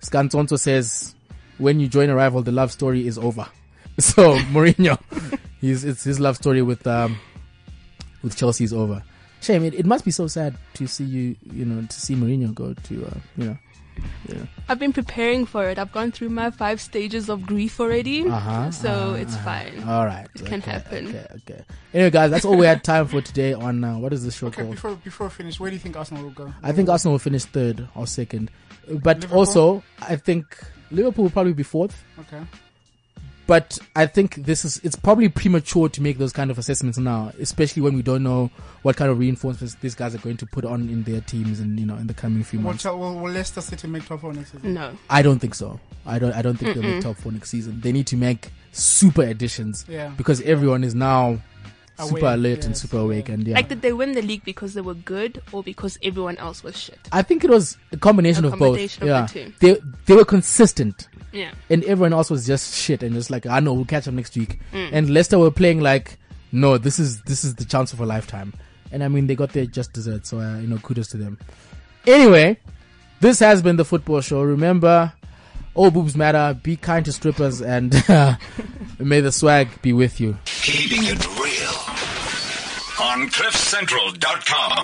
S3: Scantonto says, when you join a rival, the love story is over. So, Mourinho, he's, it's his love story with, um, with Chelsea is over. Shame. It, it must be so sad to see you, you know, to see Mourinho go to, uh, you know.
S6: I've been preparing for it. I've gone through my five stages of grief already,
S3: Uh-huh, Uh,
S6: so it's fine.
S3: All right. It
S6: can happen.
S3: Okay, okay. Anyway, guys, that's all we had time for today on uh, what is this show
S4: Okay,
S3: called?
S4: before before we finish, where do you think Arsenal will go?
S3: I think Arsenal will finish third or second. But
S4: Liverpool?
S3: also, I think Liverpool will probably be fourth.
S4: Okay.
S3: But I think this is, it's probably premature to make those kind of assessments now, especially when we don't know what kind of reinforcements these guys are going to put on in their teams and, you know, in the coming few
S4: Will,
S3: months.
S4: Chel- will, will Leicester City make top four next season?
S6: No,
S3: I don't think so. I don't. I don't think they'll make top four next season. They need to make super additions
S4: Yeah.
S3: because everyone is now super
S4: Awake,
S3: alert and
S4: yes,
S3: super awake. And yeah,
S6: like did they win the league because they were good or because everyone else was shit?
S3: I think it was a combination
S6: A
S3: of both.
S6: combination
S3: yeah,
S6: of the
S3: they they were consistent,
S6: Yeah,
S3: and everyone else was just shit, and just like I know we'll catch up next week.
S6: Mm.
S3: And Leicester were playing like, no, this is this is the chance of a lifetime, and I mean they got their just dessert. So uh, you know, kudos to them. Anyway, this has been the football show. Remember, all boobs matter. Be kind to strippers, and uh, may the swag be with you.
S1: Keeping it real on CliffCentral.com.